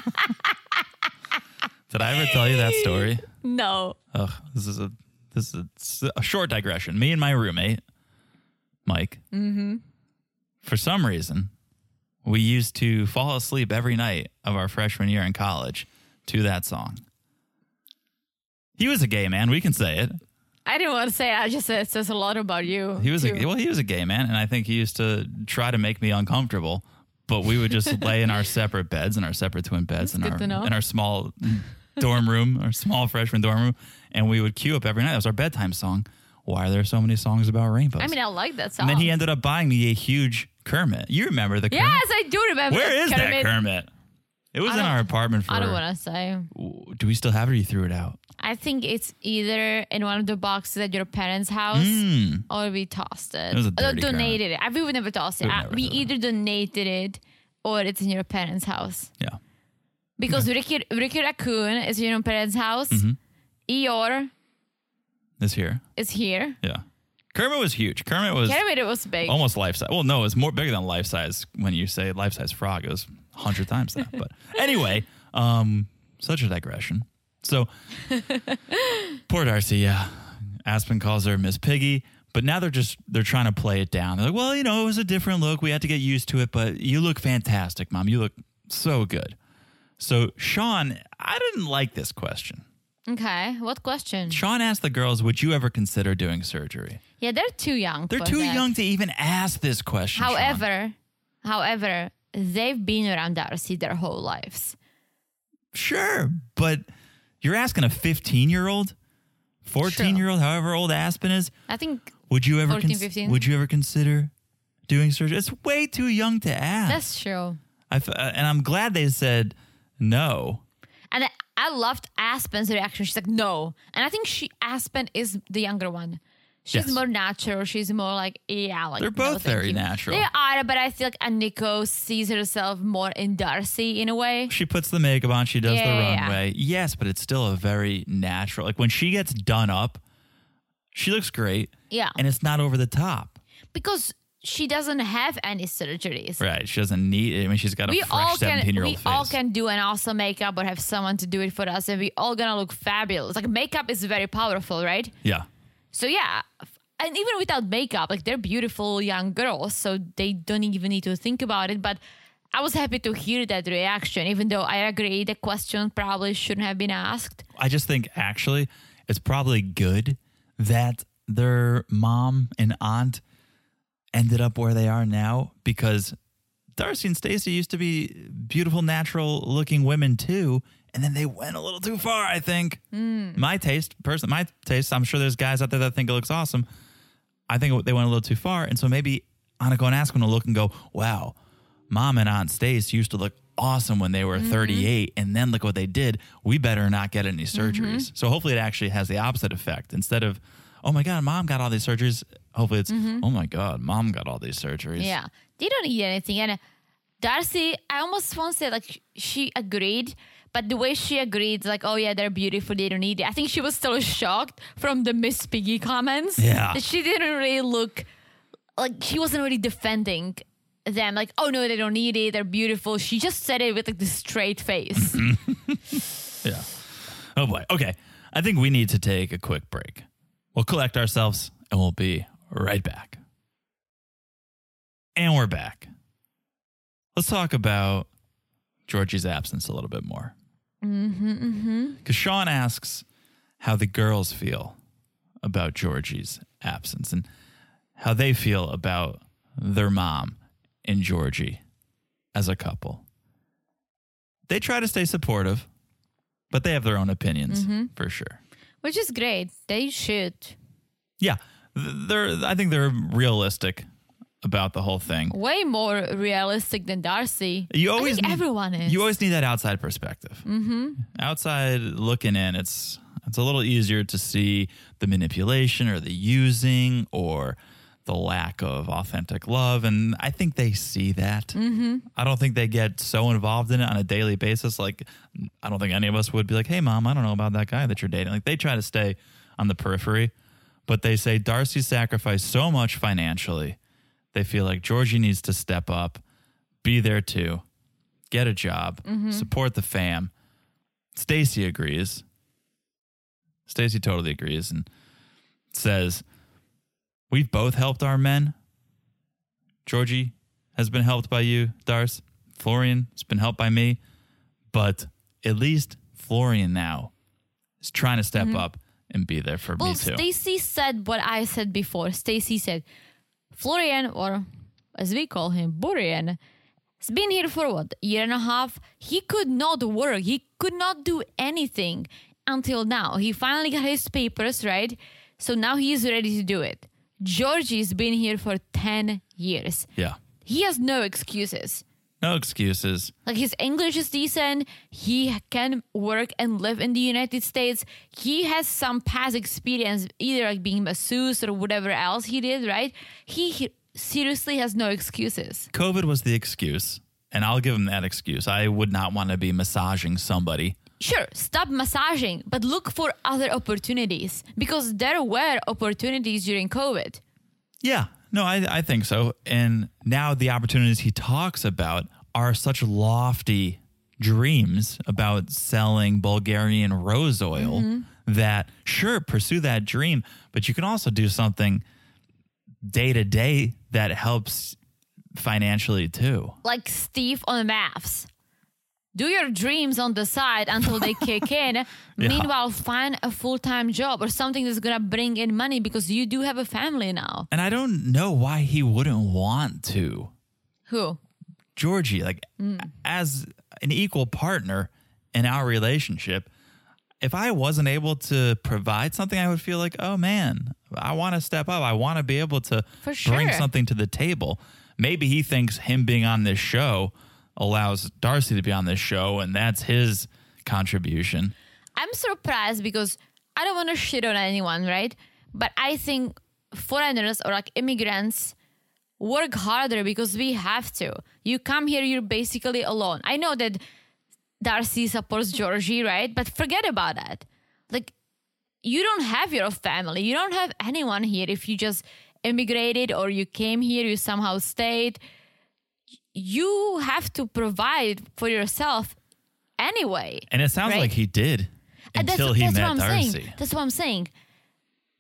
Did I ever tell you that story? No. Ugh, this is a this is a, it's a short digression. Me and my roommate, Mike. Mm-hmm. For some reason, we used to fall asleep every night of our freshman year in college to that song. He was a gay man. We can say it. I didn't want to say. It. I just said it says a lot about you. He was too. a well, he was a gay man, and I think he used to try to make me uncomfortable. But we would [LAUGHS] just lay in our separate beds, in our separate twin beds, in good our to know. in our small dorm room, our small freshman dorm room, and we would queue up every night. That was our bedtime song. Why are there so many songs about rainbows? I mean, I like that and song. then he ended up buying me a huge Kermit. You remember the Kermit? yes, I do remember. Where is that Kermit? It was I in don't- our apartment for. I don't want to say. W- Do we still have it? or You threw it out. I think it's either in one of the boxes at your parents' house or we tossed it. Hmm. It was a Or dirty donated it. I, we would never toss it. We would I- never we do that. either donated it or it's in your parents' house. Yeah. Because Ricky, Ricky Raccoon is in your parents' house. Mm-hmm. Eeyore This here. is here. Yeah. Kermit was huge. Kermit was Kermit was big. almost life size. Well, no, it's more bigger than life size. When you say life size frog, it was hundred times that. [LAUGHS] But anyway, um, such a digression. [LAUGHS] So poor Darcy. Yeah, Aspen calls her Miss Piggy, but now they're just they're trying to play it down. They're like, well, you know, it was a different look. We had to get used to it, but you look fantastic, Mom. You look so good. So Sean, I didn't like this question. Okay. What question? Sean asked the girls, "Would you ever consider doing surgery?" Yeah, they're too young. They're for too that. young to even ask this question. Sean. However, however, they've been around Darcy their whole lives. Sure, but you're asking a 15 year old, 14 year old, however old Aspen is, I think would you ever 14, cons- 15? would you ever consider doing surgery? It's way too young to ask. that's true. I f- uh, and I'm glad they said no. And I, I loved Aspen's reaction. She's like, no. And I think she Aspen is the younger one. She's Yes. more natural. She's more like, yeah, like They're no, both thank very you. natural. They are, but I feel like Aniko sees herself more in Darcy in a way. She puts the makeup on, she does the Yeah, yeah, runway. Yes, but it's still a very natural. Like when she gets done up, she looks great. Yeah. And it's not over the top. Because she doesn't have any surgeries. Right. She doesn't need it. I mean, she's got a We all fresh can 17 year we old face. all can do an awesome makeup or have someone to do it for us and we all gonna look fabulous. Like makeup is very powerful, right? yeah. So yeah, f- and even without makeup, like they're beautiful young girls, so they don't even need to think about it. But I was happy to hear that reaction, even though I agree the question probably shouldn't have been asked. I just think actually it's probably good that their mom and aunt ended up where they are now because Darcy and Stacy used to be beautiful, natural looking women too. And then they went a little too far, I think. My taste, person, my taste, I'm sure there's guys out there that think it looks awesome. I think they went a little too far. And so maybe Annika and Aspen will look and go, wow, mom and Aunt Stace used to look awesome when they were 38. And then look what they did. We better not get any surgeries. So hopefully it actually has the opposite effect. Instead of, oh my God, mom got all these surgeries, hopefully it's, oh my God, mom got all these surgeries. Yeah, they don't need anything. And uh, Darcy, I almost want to say like she agreed, but the way she agreed, like, oh yeah, they're beautiful, they don't need it. I think she was still shocked from the Miss Piggy comments. Yeah. that she didn't really look like she wasn't really defending them. Like, oh no, they don't need it, they're beautiful. She just said it with like the straight face. Mm-hmm. Yeah. Oh boy. Okay. I think we need to take a quick break. We'll collect ourselves and we'll be right back. And we're back. Let's talk about Georgie's absence a little bit more. Mm-hmm, Because Sean asks how the girls feel about Georgie's absence and how they feel about their mom and Georgie as a couple. They try to stay supportive, but they have their own opinions for sure. Which is great. They should. Yeah, th- they're. I think they're realistic about the whole thing. Way more realistic than Darcy. You I always think need- everyone is. You always need that outside perspective. Mm-hmm. Outside looking in, it's it's a little easier to see the manipulation or the using or the lack of authentic love, and I think they see that. Mm-hmm. I don't think they get so involved in it on a daily basis. Like, I don't think any of us would be like, "Hey, mom, I don't know about that guy that you're dating." Like, they try to stay on the periphery, but they say Darcy sacrificed so much financially. They feel like Georgie needs to step up, be there too get a job, Mm-hmm. support the fam. Stacy agrees. Stacy totally agrees and says, We've both helped our men. Georgie has been helped by you, Darce. Florian has been helped by me. But at least Florian now is trying to step up and be there for Mm-hmm. Well, me too. Stacy said what I said before. Stacy said, Florian, or as we call him, Burian, has been here for what, a year and a half? He could not work. He could not do anything until now. He finally got his papers, right? So now he is ready to do it. Georgie's been here for 10 years. yeah. He has no excuses. No excuses. Like his English is decent. He can work and live in the United States. He has some past experience, either like being masseuse or whatever else he did, right? He, he seriously has no excuses. COVID was the excuse, and I'll give him that excuse. I would not want to be massaging somebody. Sure, stop massaging, but look for other opportunities because there were opportunities during COVID. Yeah, no, I, I think so. And now the opportunities he talks about are such lofty dreams about selling Bulgarian rose oil that, sure, pursue that dream, but you can also do something day to day that helps financially too. Like Steve on maths. Do your dreams on the side until they kick in. Meanwhile, find a full time job or something that's gonna bring in money because you do have a family now. And I don't know why he wouldn't want to. Who? Georgie, like Mm. as an equal partner in our relationship, if I wasn't able to provide something, I would feel like, oh man, I want to step up. I want to be able to For bring sure. something to the table. Maybe he thinks him being on this show allows Darcy to be on this show, and that's his contribution. I'm surprised because I don't want to shit on anyone, right? But I think foreigners or like immigrants work harder because we have to. You come here, you're basically alone. I know that Darcy supports Georgie, right? But forget about that. Like, you don't have your family, you don't have anyone here if you just immigrated or you came here, you somehow stayed. You have to provide for yourself anyway. And it sounds Right. like he did And until he met what I'm Darcy. Saying. That's what I'm saying.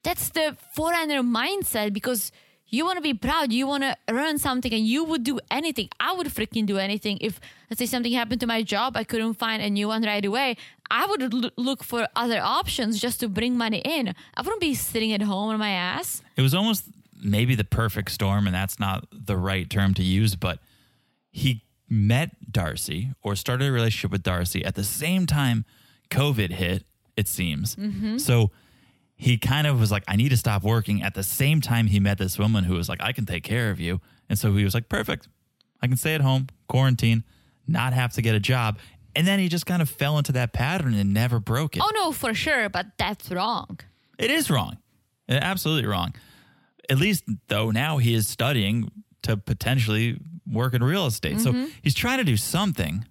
That's the foreigner mindset because you want to be proud, you want to earn something, and you would do anything. I would freaking do anything. If, let's say, something happened to my job, I couldn't find a new one right away, I would l- look for other options just to bring money in. I wouldn't be sitting at home on my ass. It was almost maybe the perfect storm, and that's not the right term to use, but he met Darcy or started a relationship with Darcy at the same time COVID hit, it seems. So he kind of was like, I need to stop working at the same time he met this woman who was like, I can take care of you. And so he was like, perfect. I can stay at home, quarantine, not have to get a job. And then he just kind of fell into that pattern and never broke it. Oh, no, for sure, but that's wrong. It is wrong. Uh, Absolutely wrong. At least, though, now he is studying to potentially work in real estate. Mm-hmm. So he's trying to do something.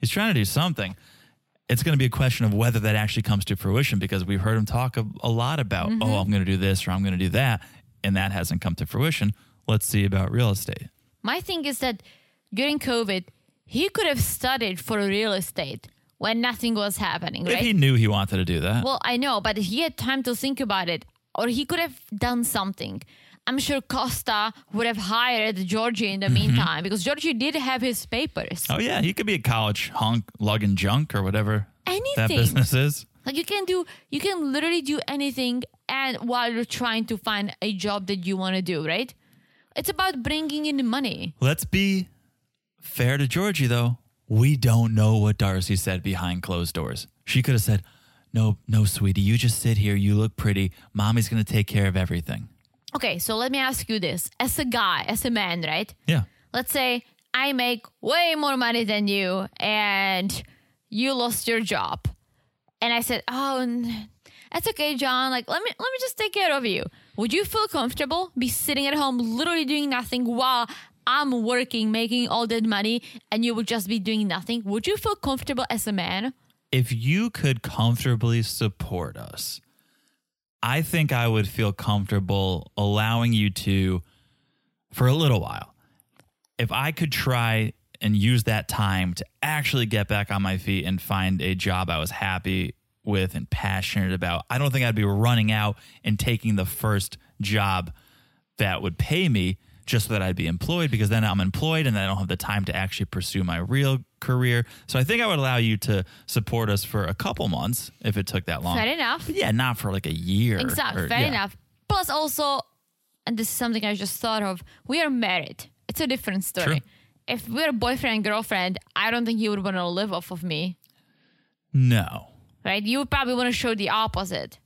He's trying to do something. It's going to be a question of whether that actually comes to fruition because we've heard him talk a, a lot about, Mm-hmm. oh, I'm going to do this or I'm going to do that. And that hasn't come to fruition. Let's see about real estate. My thing is that during COVID, he could have studied for real estate when nothing was happening, right? If he knew he wanted to do that, Well, I know, but he had time to think about it, or he could have done something. I'm sure Costa would have hired Georgie in the meantime because Georgie did have his papers. oh, yeah, he could be a college hunk, lugging junk or whatever that Anything. business is. Like you can do, you can literally do anything, and while you're trying to find a job that you want to do, right? It's about bringing in money. Let's be fair to Georgie, though. We don't know what Darcy said behind closed doors. She could have said, No, no, sweetie, you just sit here. You look pretty. Mommy's going to take care of everything. Okay, so let me ask you this: as a guy, as a man, right? Yeah. let's say I make way more money than you and you lost your job. And I said, "Oh, n- that's okay, John. Like let me let me just take care of you." Would you feel comfortable be sitting at home literally doing nothing while I'm working, making all that money and you would just be doing nothing? Would you feel comfortable as a man? If you could comfortably support us, I think I would feel comfortable allowing you to for a little while. If I could try and use that time to actually get back on my feet and find a job I was happy with and passionate about, I don't think I'd be running out and taking the first job that would pay me just so that I'd be employed because then I'm employed and then I don't have the time to actually pursue my real career. So I think I would allow you to support us for a couple months if it took that long. Fair enough. But yeah, not for like a year. Exactly. or- Fair yeah. enough. Plus, also, and this is something I just thought of. We are married. It's a different story. Sure. If we're boyfriend and girlfriend, I don't think you would want to live off of me, No. right? You would probably want to show the opposite.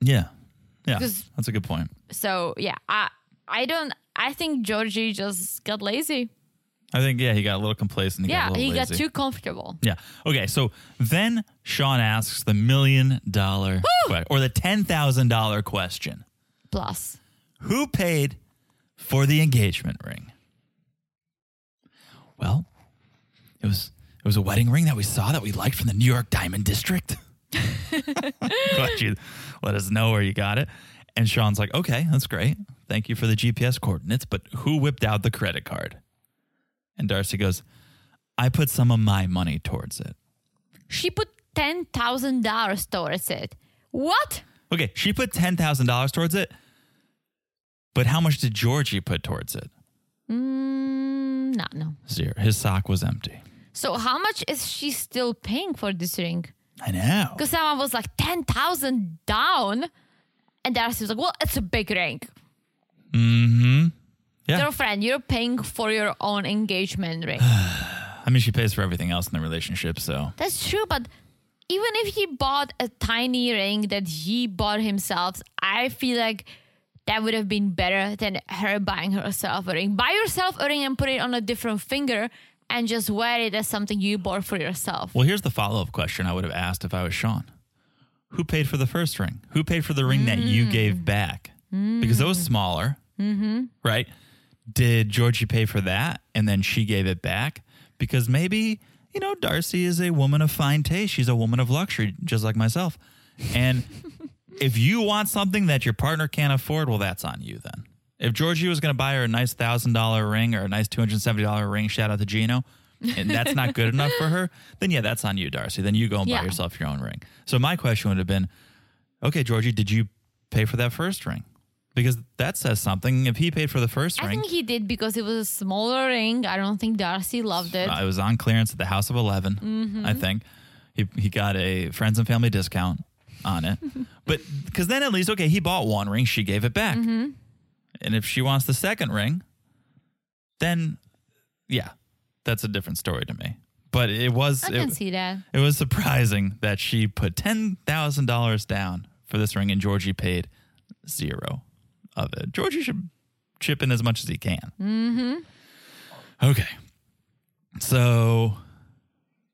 Yeah. Yeah. Because- That's a good point. So yeah, I I don't. I think Georgie just got lazy. I think yeah, he got a little complacent. He Yeah, got a he little got lazy. too comfortable. Yeah. Okay. So then Sean asks the million dollar que- or the ten thousand dollar question: Plus, Who paid for the engagement ring? Well, it was it was a wedding ring that we saw that we liked from the New York Diamond District. Glad you let us know where you got it. And Sean's like, okay, that's great. Thank you for the GPS coordinates, but who whipped out the credit card? And Darcy goes, I put some of my money towards it. she put ten thousand dollars towards it. What? Okay, she put ten thousand dollars towards it, but how much did Georgie put towards it? Mm, no, no. Zero. His sock was empty. So how much is she still paying for this ring? I know. Because someone was like ten thousand down, and Darcy was like, "Well, it's a big ring, Mm-hmm. Yeah. girlfriend. You're paying for your own engagement [SIGHS] ring. I mean, she pays for everything else in the relationship, so That's true, but." Even if he bought a tiny ring that he bought himself, I feel like that would have been better than her buying herself a ring. Buy yourself a ring and put it on a different finger and just wear it as something you bought for yourself. Well, here's the follow up question I would have asked if I was Sean Who paid for the first ring? Who paid for the ring that you gave back? Because it was smaller, right? Did Georgie pay for that and then she gave it back? Because maybe, you know, Darcy is a woman of fine taste. She's a woman of luxury, just like myself. [LAUGHS] And if you want something that your partner can't afford, well, that's on you then. If Georgie was going to buy her a nice thousand dollar ring or a nice two hundred seventy dollar ring, shout out to Gino, and that's not good enough for [LAUGHS] her, then yeah, that's on you, Darcy. Then you go and Yeah. buy yourself your own ring. So my question would have been, okay, Georgie, did you pay for that first ring? Because that says something. If he paid for the first I ring, think he did because it was a smaller ring. I don't think Darcy loved it. Mm-hmm. uh, it was on clearance at the House of 11 I think. He he got a friends and family discount on [LAUGHS] it, but because then at least okay, he bought one ring, she gave it back, Mm-hmm. and if she wants the second ring, then yeah, that's a different story to me. But it was I can it, see that. it was surprising that she put ten thousand dollars down for this ring, and Georgie paid zero of it. Georgie should chip in as much as he can. Mm-hmm. Okay, so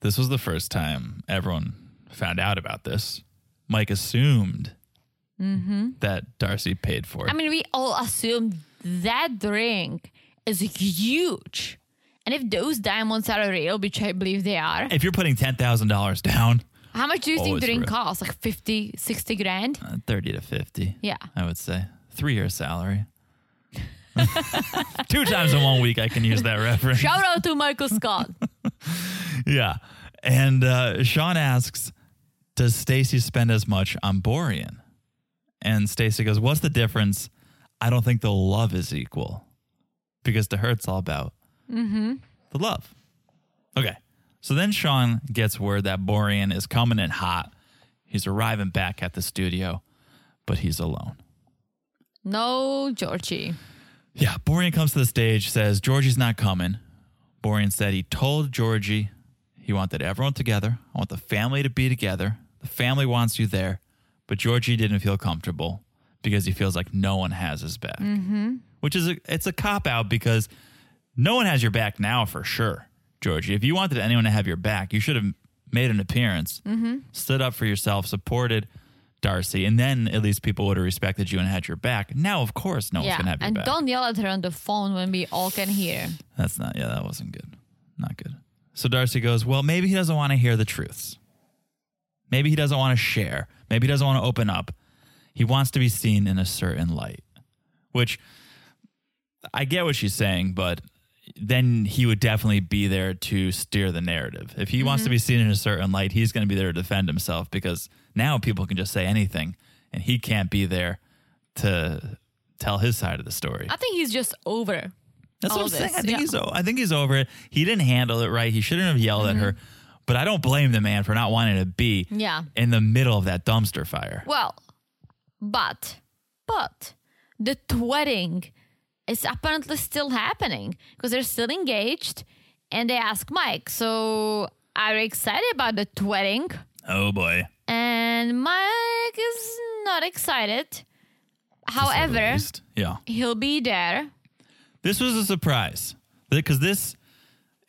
this was the first time everyone found out about this. Mike assumed that Darcy paid for it. Mm-hmm. I mean, we all assumed that ring is huge. And if those diamonds are real, which I believe they are, if you're putting ten thousand dollars down, how much do you think Always the ring real. costs? Like 50, 60 [LAUGHS] grand? uh, thirty to fifty, Yeah. I would say three year salary. [LAUGHS] Two times in one week, I can use that reference. Shout out to Michael Scott. [LAUGHS] Yeah. And uh, Sean asks, Does Stacy spend as much on Borean? And Stacy goes, What's the difference? I don't think the love is equal because to her, it's all about the love. Okay. So then Sean gets word that Borean is coming in hot. He's arriving back at the studio, but he's alone. No, Georgie. Yeah, Borean comes to the stage, says Georgie's not coming. Borean said he told Georgie he wanted everyone together. I want the family to be together. The family wants you there. But Georgie didn't feel comfortable because he feels like no one has his back. Mm-hmm. Which is a, it's a cop out because no one has your back now for sure, Georgie. If you wanted anyone to have your back, you should have made an appearance, Mm-hmm. stood up for yourself, supported Darcy, and then at least people would have respected you and had your back. Now, of course, no one's yeah. gonna have your And back. don't yell at her on the phone when we all can hear. That's not, yeah, that wasn't good. Not good. So Darcy goes, Well, maybe he doesn't want to hear the truths. Maybe he doesn't want to share. Maybe he doesn't want to open up. He wants to be seen in a certain light, which I get what she's saying, but then he would definitely be there to steer the narrative. If he wants to be seen in a certain light, he's going to be there to defend himself because now people can just say anything and he can't be there to tell his side of the story. I think he's just over. That's all what I'm saying. this, I think yeah. he's. o- I think he's over it. He didn't handle it right. He shouldn't have yelled at her. But I don't blame the man for not wanting to be Mm-hmm. Yeah. in the middle of that dumpster fire. Well, but but the wedding is apparently still happening because they're still engaged, and they ask Mike. So are you excited about the wedding? Oh boy. And Mike is not excited. At However, least. yeah, he'll be there. this was a surprise because this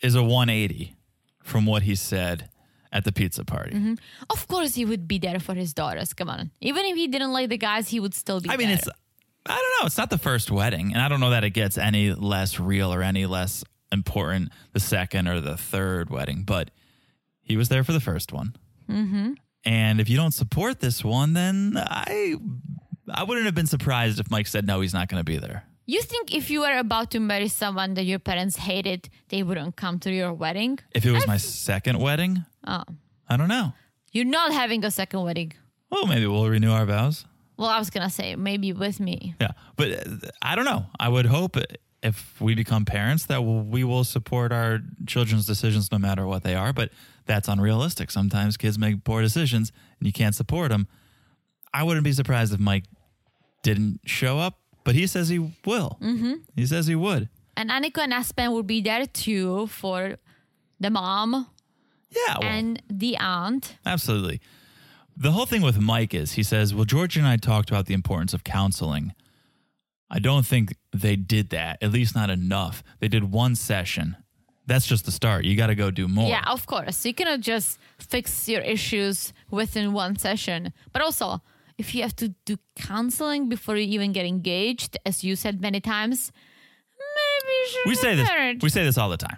is a 180 from what he said at the pizza party. Mm-hmm. Of course, he would be there for his daughters. Come on. Even if he didn't like the guys, he would still be I mean, there. it's, I don't know. It's not the first wedding. And I don't know that it gets any less real or any less important the second or the third wedding, but he was there for the first one. Mm-hmm. And if you don't support this one, then I, I wouldn't have been surprised if Mike said, no, he's not going to be there. You think if you were about to marry someone that your parents hated, they wouldn't come to your wedding? If it was my second wedding, Oh, I don't know. you're not having a second wedding. Well, maybe we'll renew our vows. Well, I was gonna say maybe with me. Yeah, but uh, I don't know. I would hope if we become parents that we will support our children's decisions no matter what they are, but that's unrealistic. Sometimes kids make poor decisions and you can't support them. I wouldn't be surprised if Mike didn't show up, but he says he will. Mm-hmm. He says he would. And Annika and Aspen would be there too for the mom Yeah, well, and the aunt. Absolutely. The whole thing with Mike is he says, Well, George and I talked about the importance of counseling. I don't think they did that, at least not enough. They did one session. That's just the start. You got to go do more. Yeah, of course. You cannot just fix your issues within one session. But also, if you have to do counseling before you even get engaged, as you said many times, maybe you should we get say this. married. We say this all the time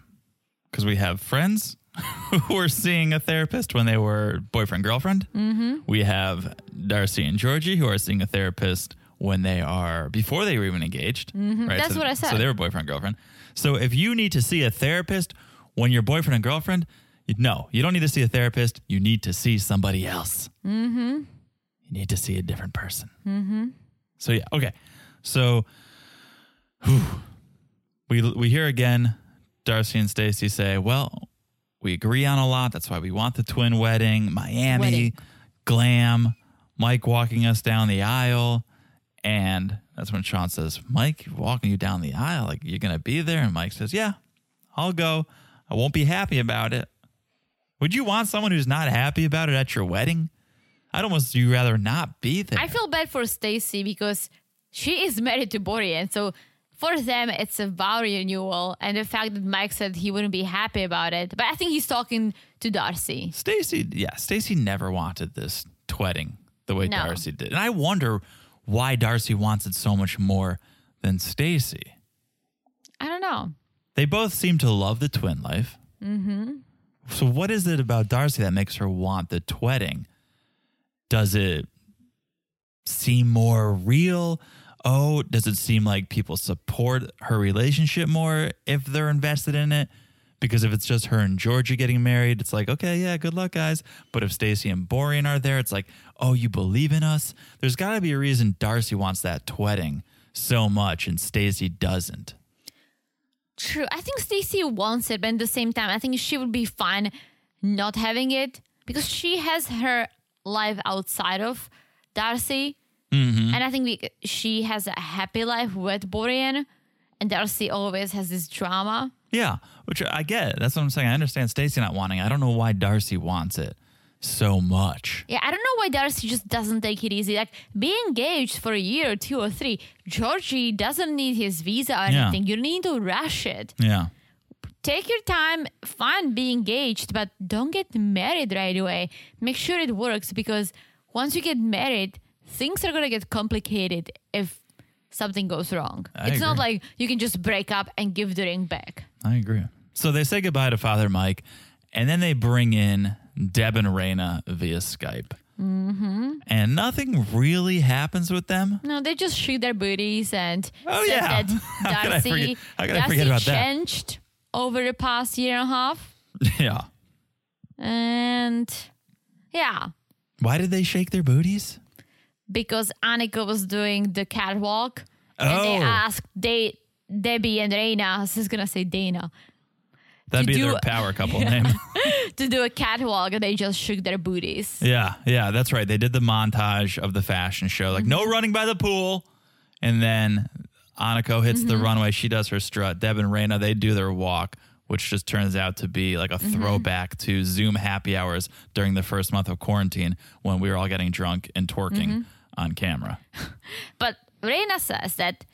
because we have friends [LAUGHS] who were seeing a therapist when they were boyfriend girlfriend. Mm-hmm. We have Darcy and Georgie who are seeing a therapist when they are before they were even engaged. Right? Mm-hmm. That's So- what I said. So they were boyfriend girlfriend. So if you need to see a therapist when you're boyfriend and girlfriend, you- no, you don't need to see a therapist. You need to see somebody else. Mm-hmm. You need to see a different person. Mm-hmm. So yeah, okay. So we we hear again Darcy and Stacy say, "Well, we agree on a lot. That's why we want the twin wedding, Miami, Wedding. glam, Mike walking us down the aisle." And that's when Sean says, "Mike walking you down the aisle, like you're going to be there." And Mike says, "Yeah, I'll go. I won't be happy about it." Would you want someone who's not happy about it at your wedding? I'd almost you rather not be there. [LAUGHS] I feel bad for Stacy because she is married to Bori, and so for them it's a vow renewal. And the fact that Mike said he wouldn't be happy about it, but I think he's talking to Darcy. Stacy, yeah, Stacy never wanted this twetting the way No. Darcy did. And I wonder why Darcy wants it so much more than Stacy. I don't know. They both seem to love the twin life. Mm-hmm. So, what is it about Darcy that makes her want the twetting? Does it seem more real? Oh, does it seem like people support her relationship more if they're invested in it? Because if it's just her and Georgia getting married, it's like, okay, yeah, good luck, guys. But if Stacy and Borean are there, it's like, oh, you believe in us? There's got to be a reason Darcy wants that twetting so much and Stacy doesn't. True. I think Stacy wants it, but at the same time, I think she would be fine not having it because she has her life outside of Darcy. And I think we, she has a happy life with Borian, and Darcy always has this drama. Yeah, which I get. That's what I'm saying. I understand Stacy not wanting. it. I don't know why Darcy wants it so much. Yeah, I don't know why Darcy just doesn't take it easy. Like, be engaged for a year, or two, or three. Georgie doesn't need his visa or Yeah. anything. You need to rush it. Yeah. Take your time, fine, be engaged, but don't get married right away. Make sure it works because once you get married, things are going to get complicated if something goes wrong. I it's not agree. like you can just break up and give the ring back. I agree. So they say goodbye to Father Mike, and then they bring in Deb and Raina via Skype. Mm-hmm. And nothing really happens with them. [LAUGHS] No, they just shoot their booties and Oh, said yeah. [LAUGHS] How that could I forget- Darcy, how could I Darcy forget about that? changed over the past year and a half. yeah. And yeah, Why did they shake their booties? because Annika was doing the catwalk and Oh. they asked they, Debbie and Reina, I was just gonna say Dana, That'd To be do- their power [LAUGHS] couple name. to do a catwalk and they just shook their booties. Yeah, yeah, that's right. They did the montage of the fashion show, like Mm-hmm. no running by the pool, and then Aniko hits Mm-hmm. the runway. She does her strut. Deb and Raina they do their walk, which just turns out to be like a Mm-hmm. throwback to Zoom happy hours during the first month of quarantine when we were all getting drunk and twerking Mm-hmm. on camera. But Reina says that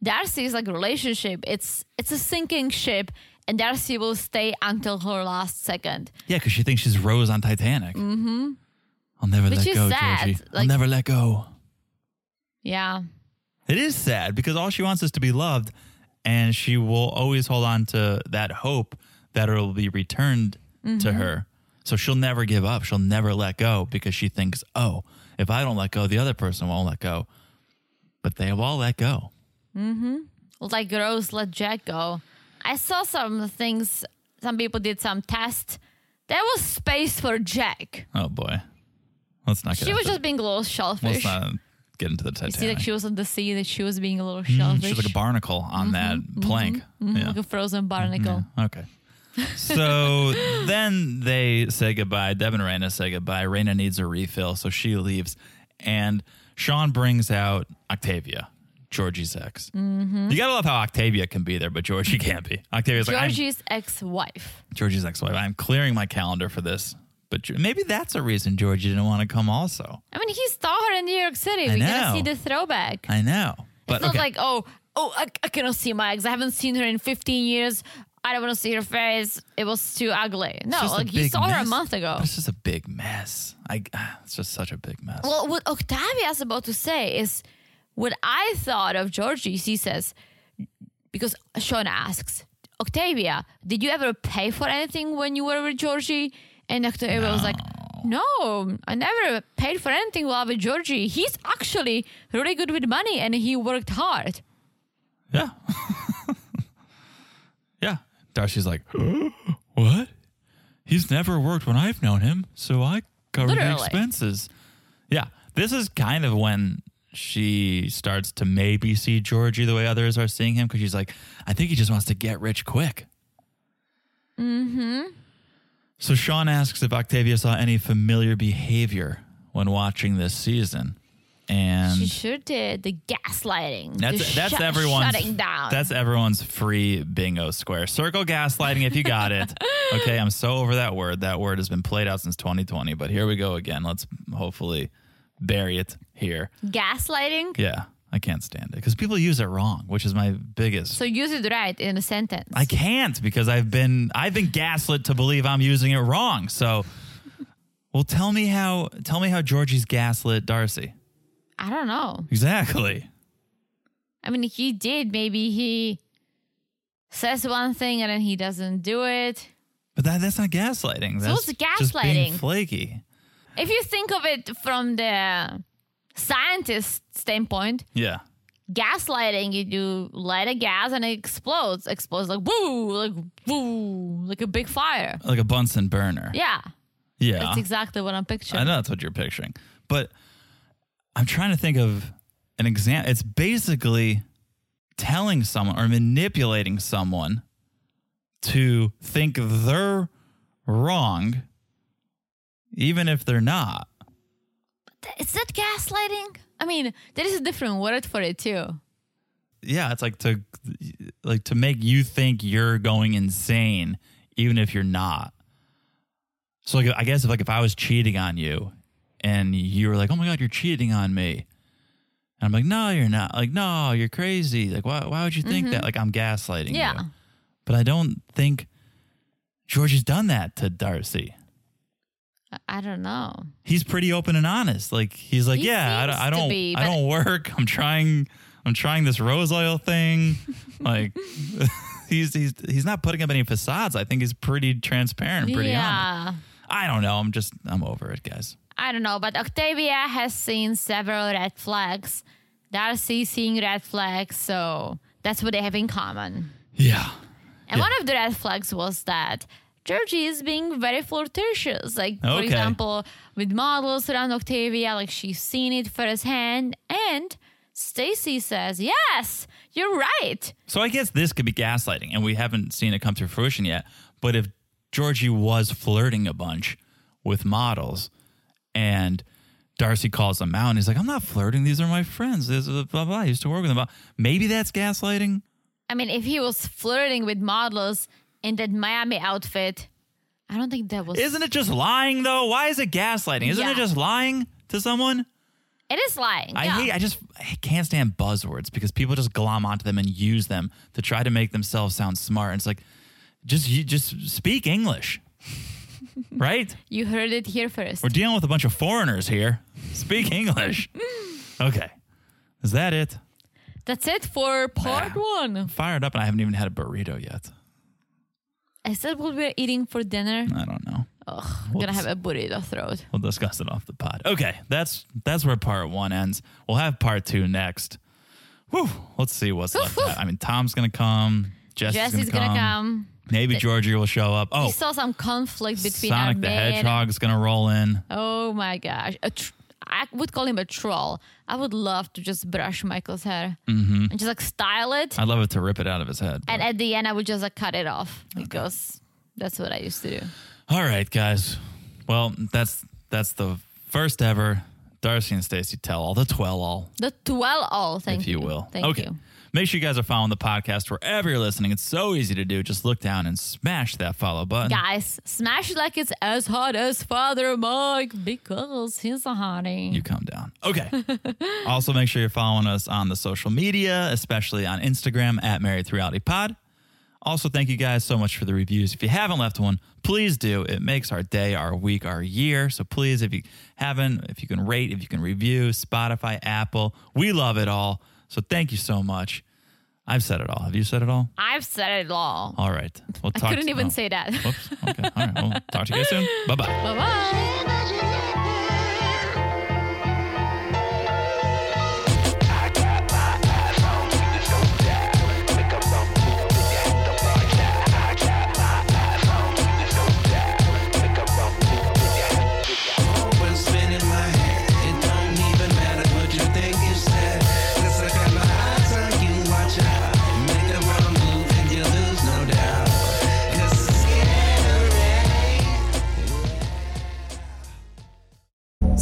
Darcy's like relationship, it's it's a sinking ship and there she will stay until her last second. Yeah, because she thinks she's Rose on Titanic. Mm-hmm. I'll never Which let is go, sad, Georgie. I'll like- never let go. Yeah. It is sad because all she wants is to be loved, and she will always hold on to that hope that it'll be returned Mm-hmm. to her. So she'll never give up. She'll never let go because she thinks, oh, if I don't let go, the other person won't let go. But they have all let go. like Rose let Jack go. I saw some things. Some people did some test. There was space for Jack. Oh boy, let's not get. She was into- just being a little let's shellfish. not get into the you see, Titanic. like she was on the sea, that she was being a little Mm, shellfish, She's like a barnacle on that plank. Yeah. Mm-hmm. Mm-hmm. like a frozen barnacle. Okay. [LAUGHS] So then they say goodbye. Deb and Raina say goodbye. Raina needs a refill, so she leaves. And Sean brings out Octavia, Georgie's ex. Mm-hmm. You gotta love how Octavia can be there, but Georgie can't be. Octavia's like, I'm, Georgie's ex-wife. Georgie's ex-wife. I'm clearing my calendar for this. But Ge- maybe that's a reason Georgie didn't want to come. Also, I mean, he saw her in New York City. I We gotta know. see the throwback. I know, but it's not okay. like oh, oh, I, I cannot see my ex. I haven't seen her in 15 years. I don't want to see her face. It was too ugly. No, It's just a oh, like he big saw her a mess. month ago. But it's just a big mess. I. ah, It's just such a big mess. Well, what Octavia's about to say is what I thought of Georgie. She says, because Sean asks, Octavia, did you ever pay for anything when you were with Georgie? And Octavia was like, no, I never paid for anything while with Georgie. He's actually really good with money and he worked hard. Yeah. [LAUGHS] yeah. Darcy's like, [GASPS] what? He's never worked when I've known him, so I covered the Literally. expenses. Yeah. This is kind of when she starts to maybe see Georgie the way others are seeing him because she's like, I think he just wants to get rich quick. Mm hmm. Mm-hmm. So Sean asks if Octavia saw any familiar behavior when watching this season. And She sure did the gaslighting. that's the that's shut- everyone's shutting down. That's everyone's free bingo square. Circle gaslighting if you got [LAUGHS] it. okay, I'm so over that word. That word has been played out since 2020, but here we go again. Let's hopefully bury it here. gaslighting. Yeah, I can't stand it because people use it wrong, which is my biggest. So use it right in a sentence. I can't because I've been I've been gaslit to believe I'm using it wrong. So, well, tell me how tell me how Georgie's gaslit Darcy. I don't know. Exactly. I mean, he did. Maybe he says one thing and then he doesn't do it. But that, that's not gaslighting. So That's it's Just being gaslighting. flaky. If you think of it from the scientist standpoint, Yeah. gaslighting, you do light a gas and it explodes. Explodes like woo, like woo, like a big fire. Like a Bunsen burner. Yeah, Yeah. that's exactly what I'm I picturing. know that's what you're picturing. But I'm trying to think of an example. It's basically telling someone or manipulating someone to think they're wrong, even if they're not. Is that gaslighting? I mean, there is a different word for it too. Yeah, it's like to like to make you think you're going insane, even if you're not. So like I guess if like if I was cheating on you and you were like, Oh my god, you're cheating on me and I'm like, No, you're not like, no, you're crazy. Like why why would you think that? Like I'm gaslighting Yeah. you. But I don't think George has done that to Darcy. I- I don't know. He's pretty open and honest. Like he's like, He yeah, I don't, seems I to don't, be, I but- don't work. I'm trying, I'm trying this rose oil [LAUGHS] thing. like [LAUGHS] he's he's he's not putting up any facades. I think he's pretty transparent, and pretty honest. yeah. I don't know. I'm just I'm over it, guys. I don't know, but Octavia has seen several red flags. Darcy seeing red flags, so that's what they have in common. Yeah, And Yeah. one of the red flags was that Georgie is being very flirtatious. Like, for Okay. example, with models around Octavia, like she's seen it firsthand. And Stacy says, Yes, you're right. So I guess this could be gaslighting, and we haven't seen it come to fruition yet. But if Georgie was flirting a bunch with models, and Darcy calls him out, and he's like, "I'm not flirting. These are my friends. This is blah blah. I used to work with them." Maybe that's gaslighting. I mean, if he was flirting with models in that Miami outfit, I don't think that was. Isn't it just lying though? Why is it gaslighting? Isn't Yeah. it just lying to someone? it is lying. I yeah. hate. I just I can't stand buzzwords because people just glom onto them and use them to try to make themselves sound smart. And it's like, just you just speak English, [LAUGHS] right? You heard it here first. We're dealing with a bunch of foreigners here. Speak English. Okay, is that it? That's it for part one. Fired up, and I haven't even had a burrito yet. I said what we're eating for dinner. I don't know. I'm gonna have a burrito throat. We'll discuss it off the pod. Okay, that's that's where part one ends. We'll have part two next. Whew, let's see what's left. I mean, Tom's gonna come. Jess Jesse's is gonna, come. come. Maybe Georgie will show up. We Oh, saw some conflict between our Sonic the maid- Hedgehog's gonna roll in. Oh my gosh. A tr- I would call him a troll. I would love to just brush Michael's hair Mm-hmm. and just like style it. I'd love it to rip it out of his head. but- and at the end, I would just like cut it off because that's what I used to do. All right, guys. Well, that's that's the first ever Darcy and Stacy tell all the twell all. The twelve all, thank if you will. Thank okay. you. Make sure you guys are following the podcast wherever you're listening. It's so easy to do. Just look down and smash that follow button. Guys, smash it like it's as hot as Father Mike because he's a hottie. You come down. Okay. [LAUGHS] also, make sure you're following us on the social media, especially on Instagram at Married to Reality Pod. Also, thank you guys so much for the reviews. If you haven't left one, please do. It makes our day, our week, our year. So please, if you haven't, if you can rate, if you can review, Spotify, Apple, we love it all. So thank you so much. I've said it all. Have you said it all? I've said it all. All right. We'll I talk couldn't to- even no. say that. Whoops. Okay. All right. We'll talk to you guys [LAUGHS] soon. Bye bye. Bye bye. Always spinning my head. It don't even matter what you think you said. 'Cause I got my eyes on you, watch out. Make a wrong move and you lose, no doubt. 'Cause it's scary.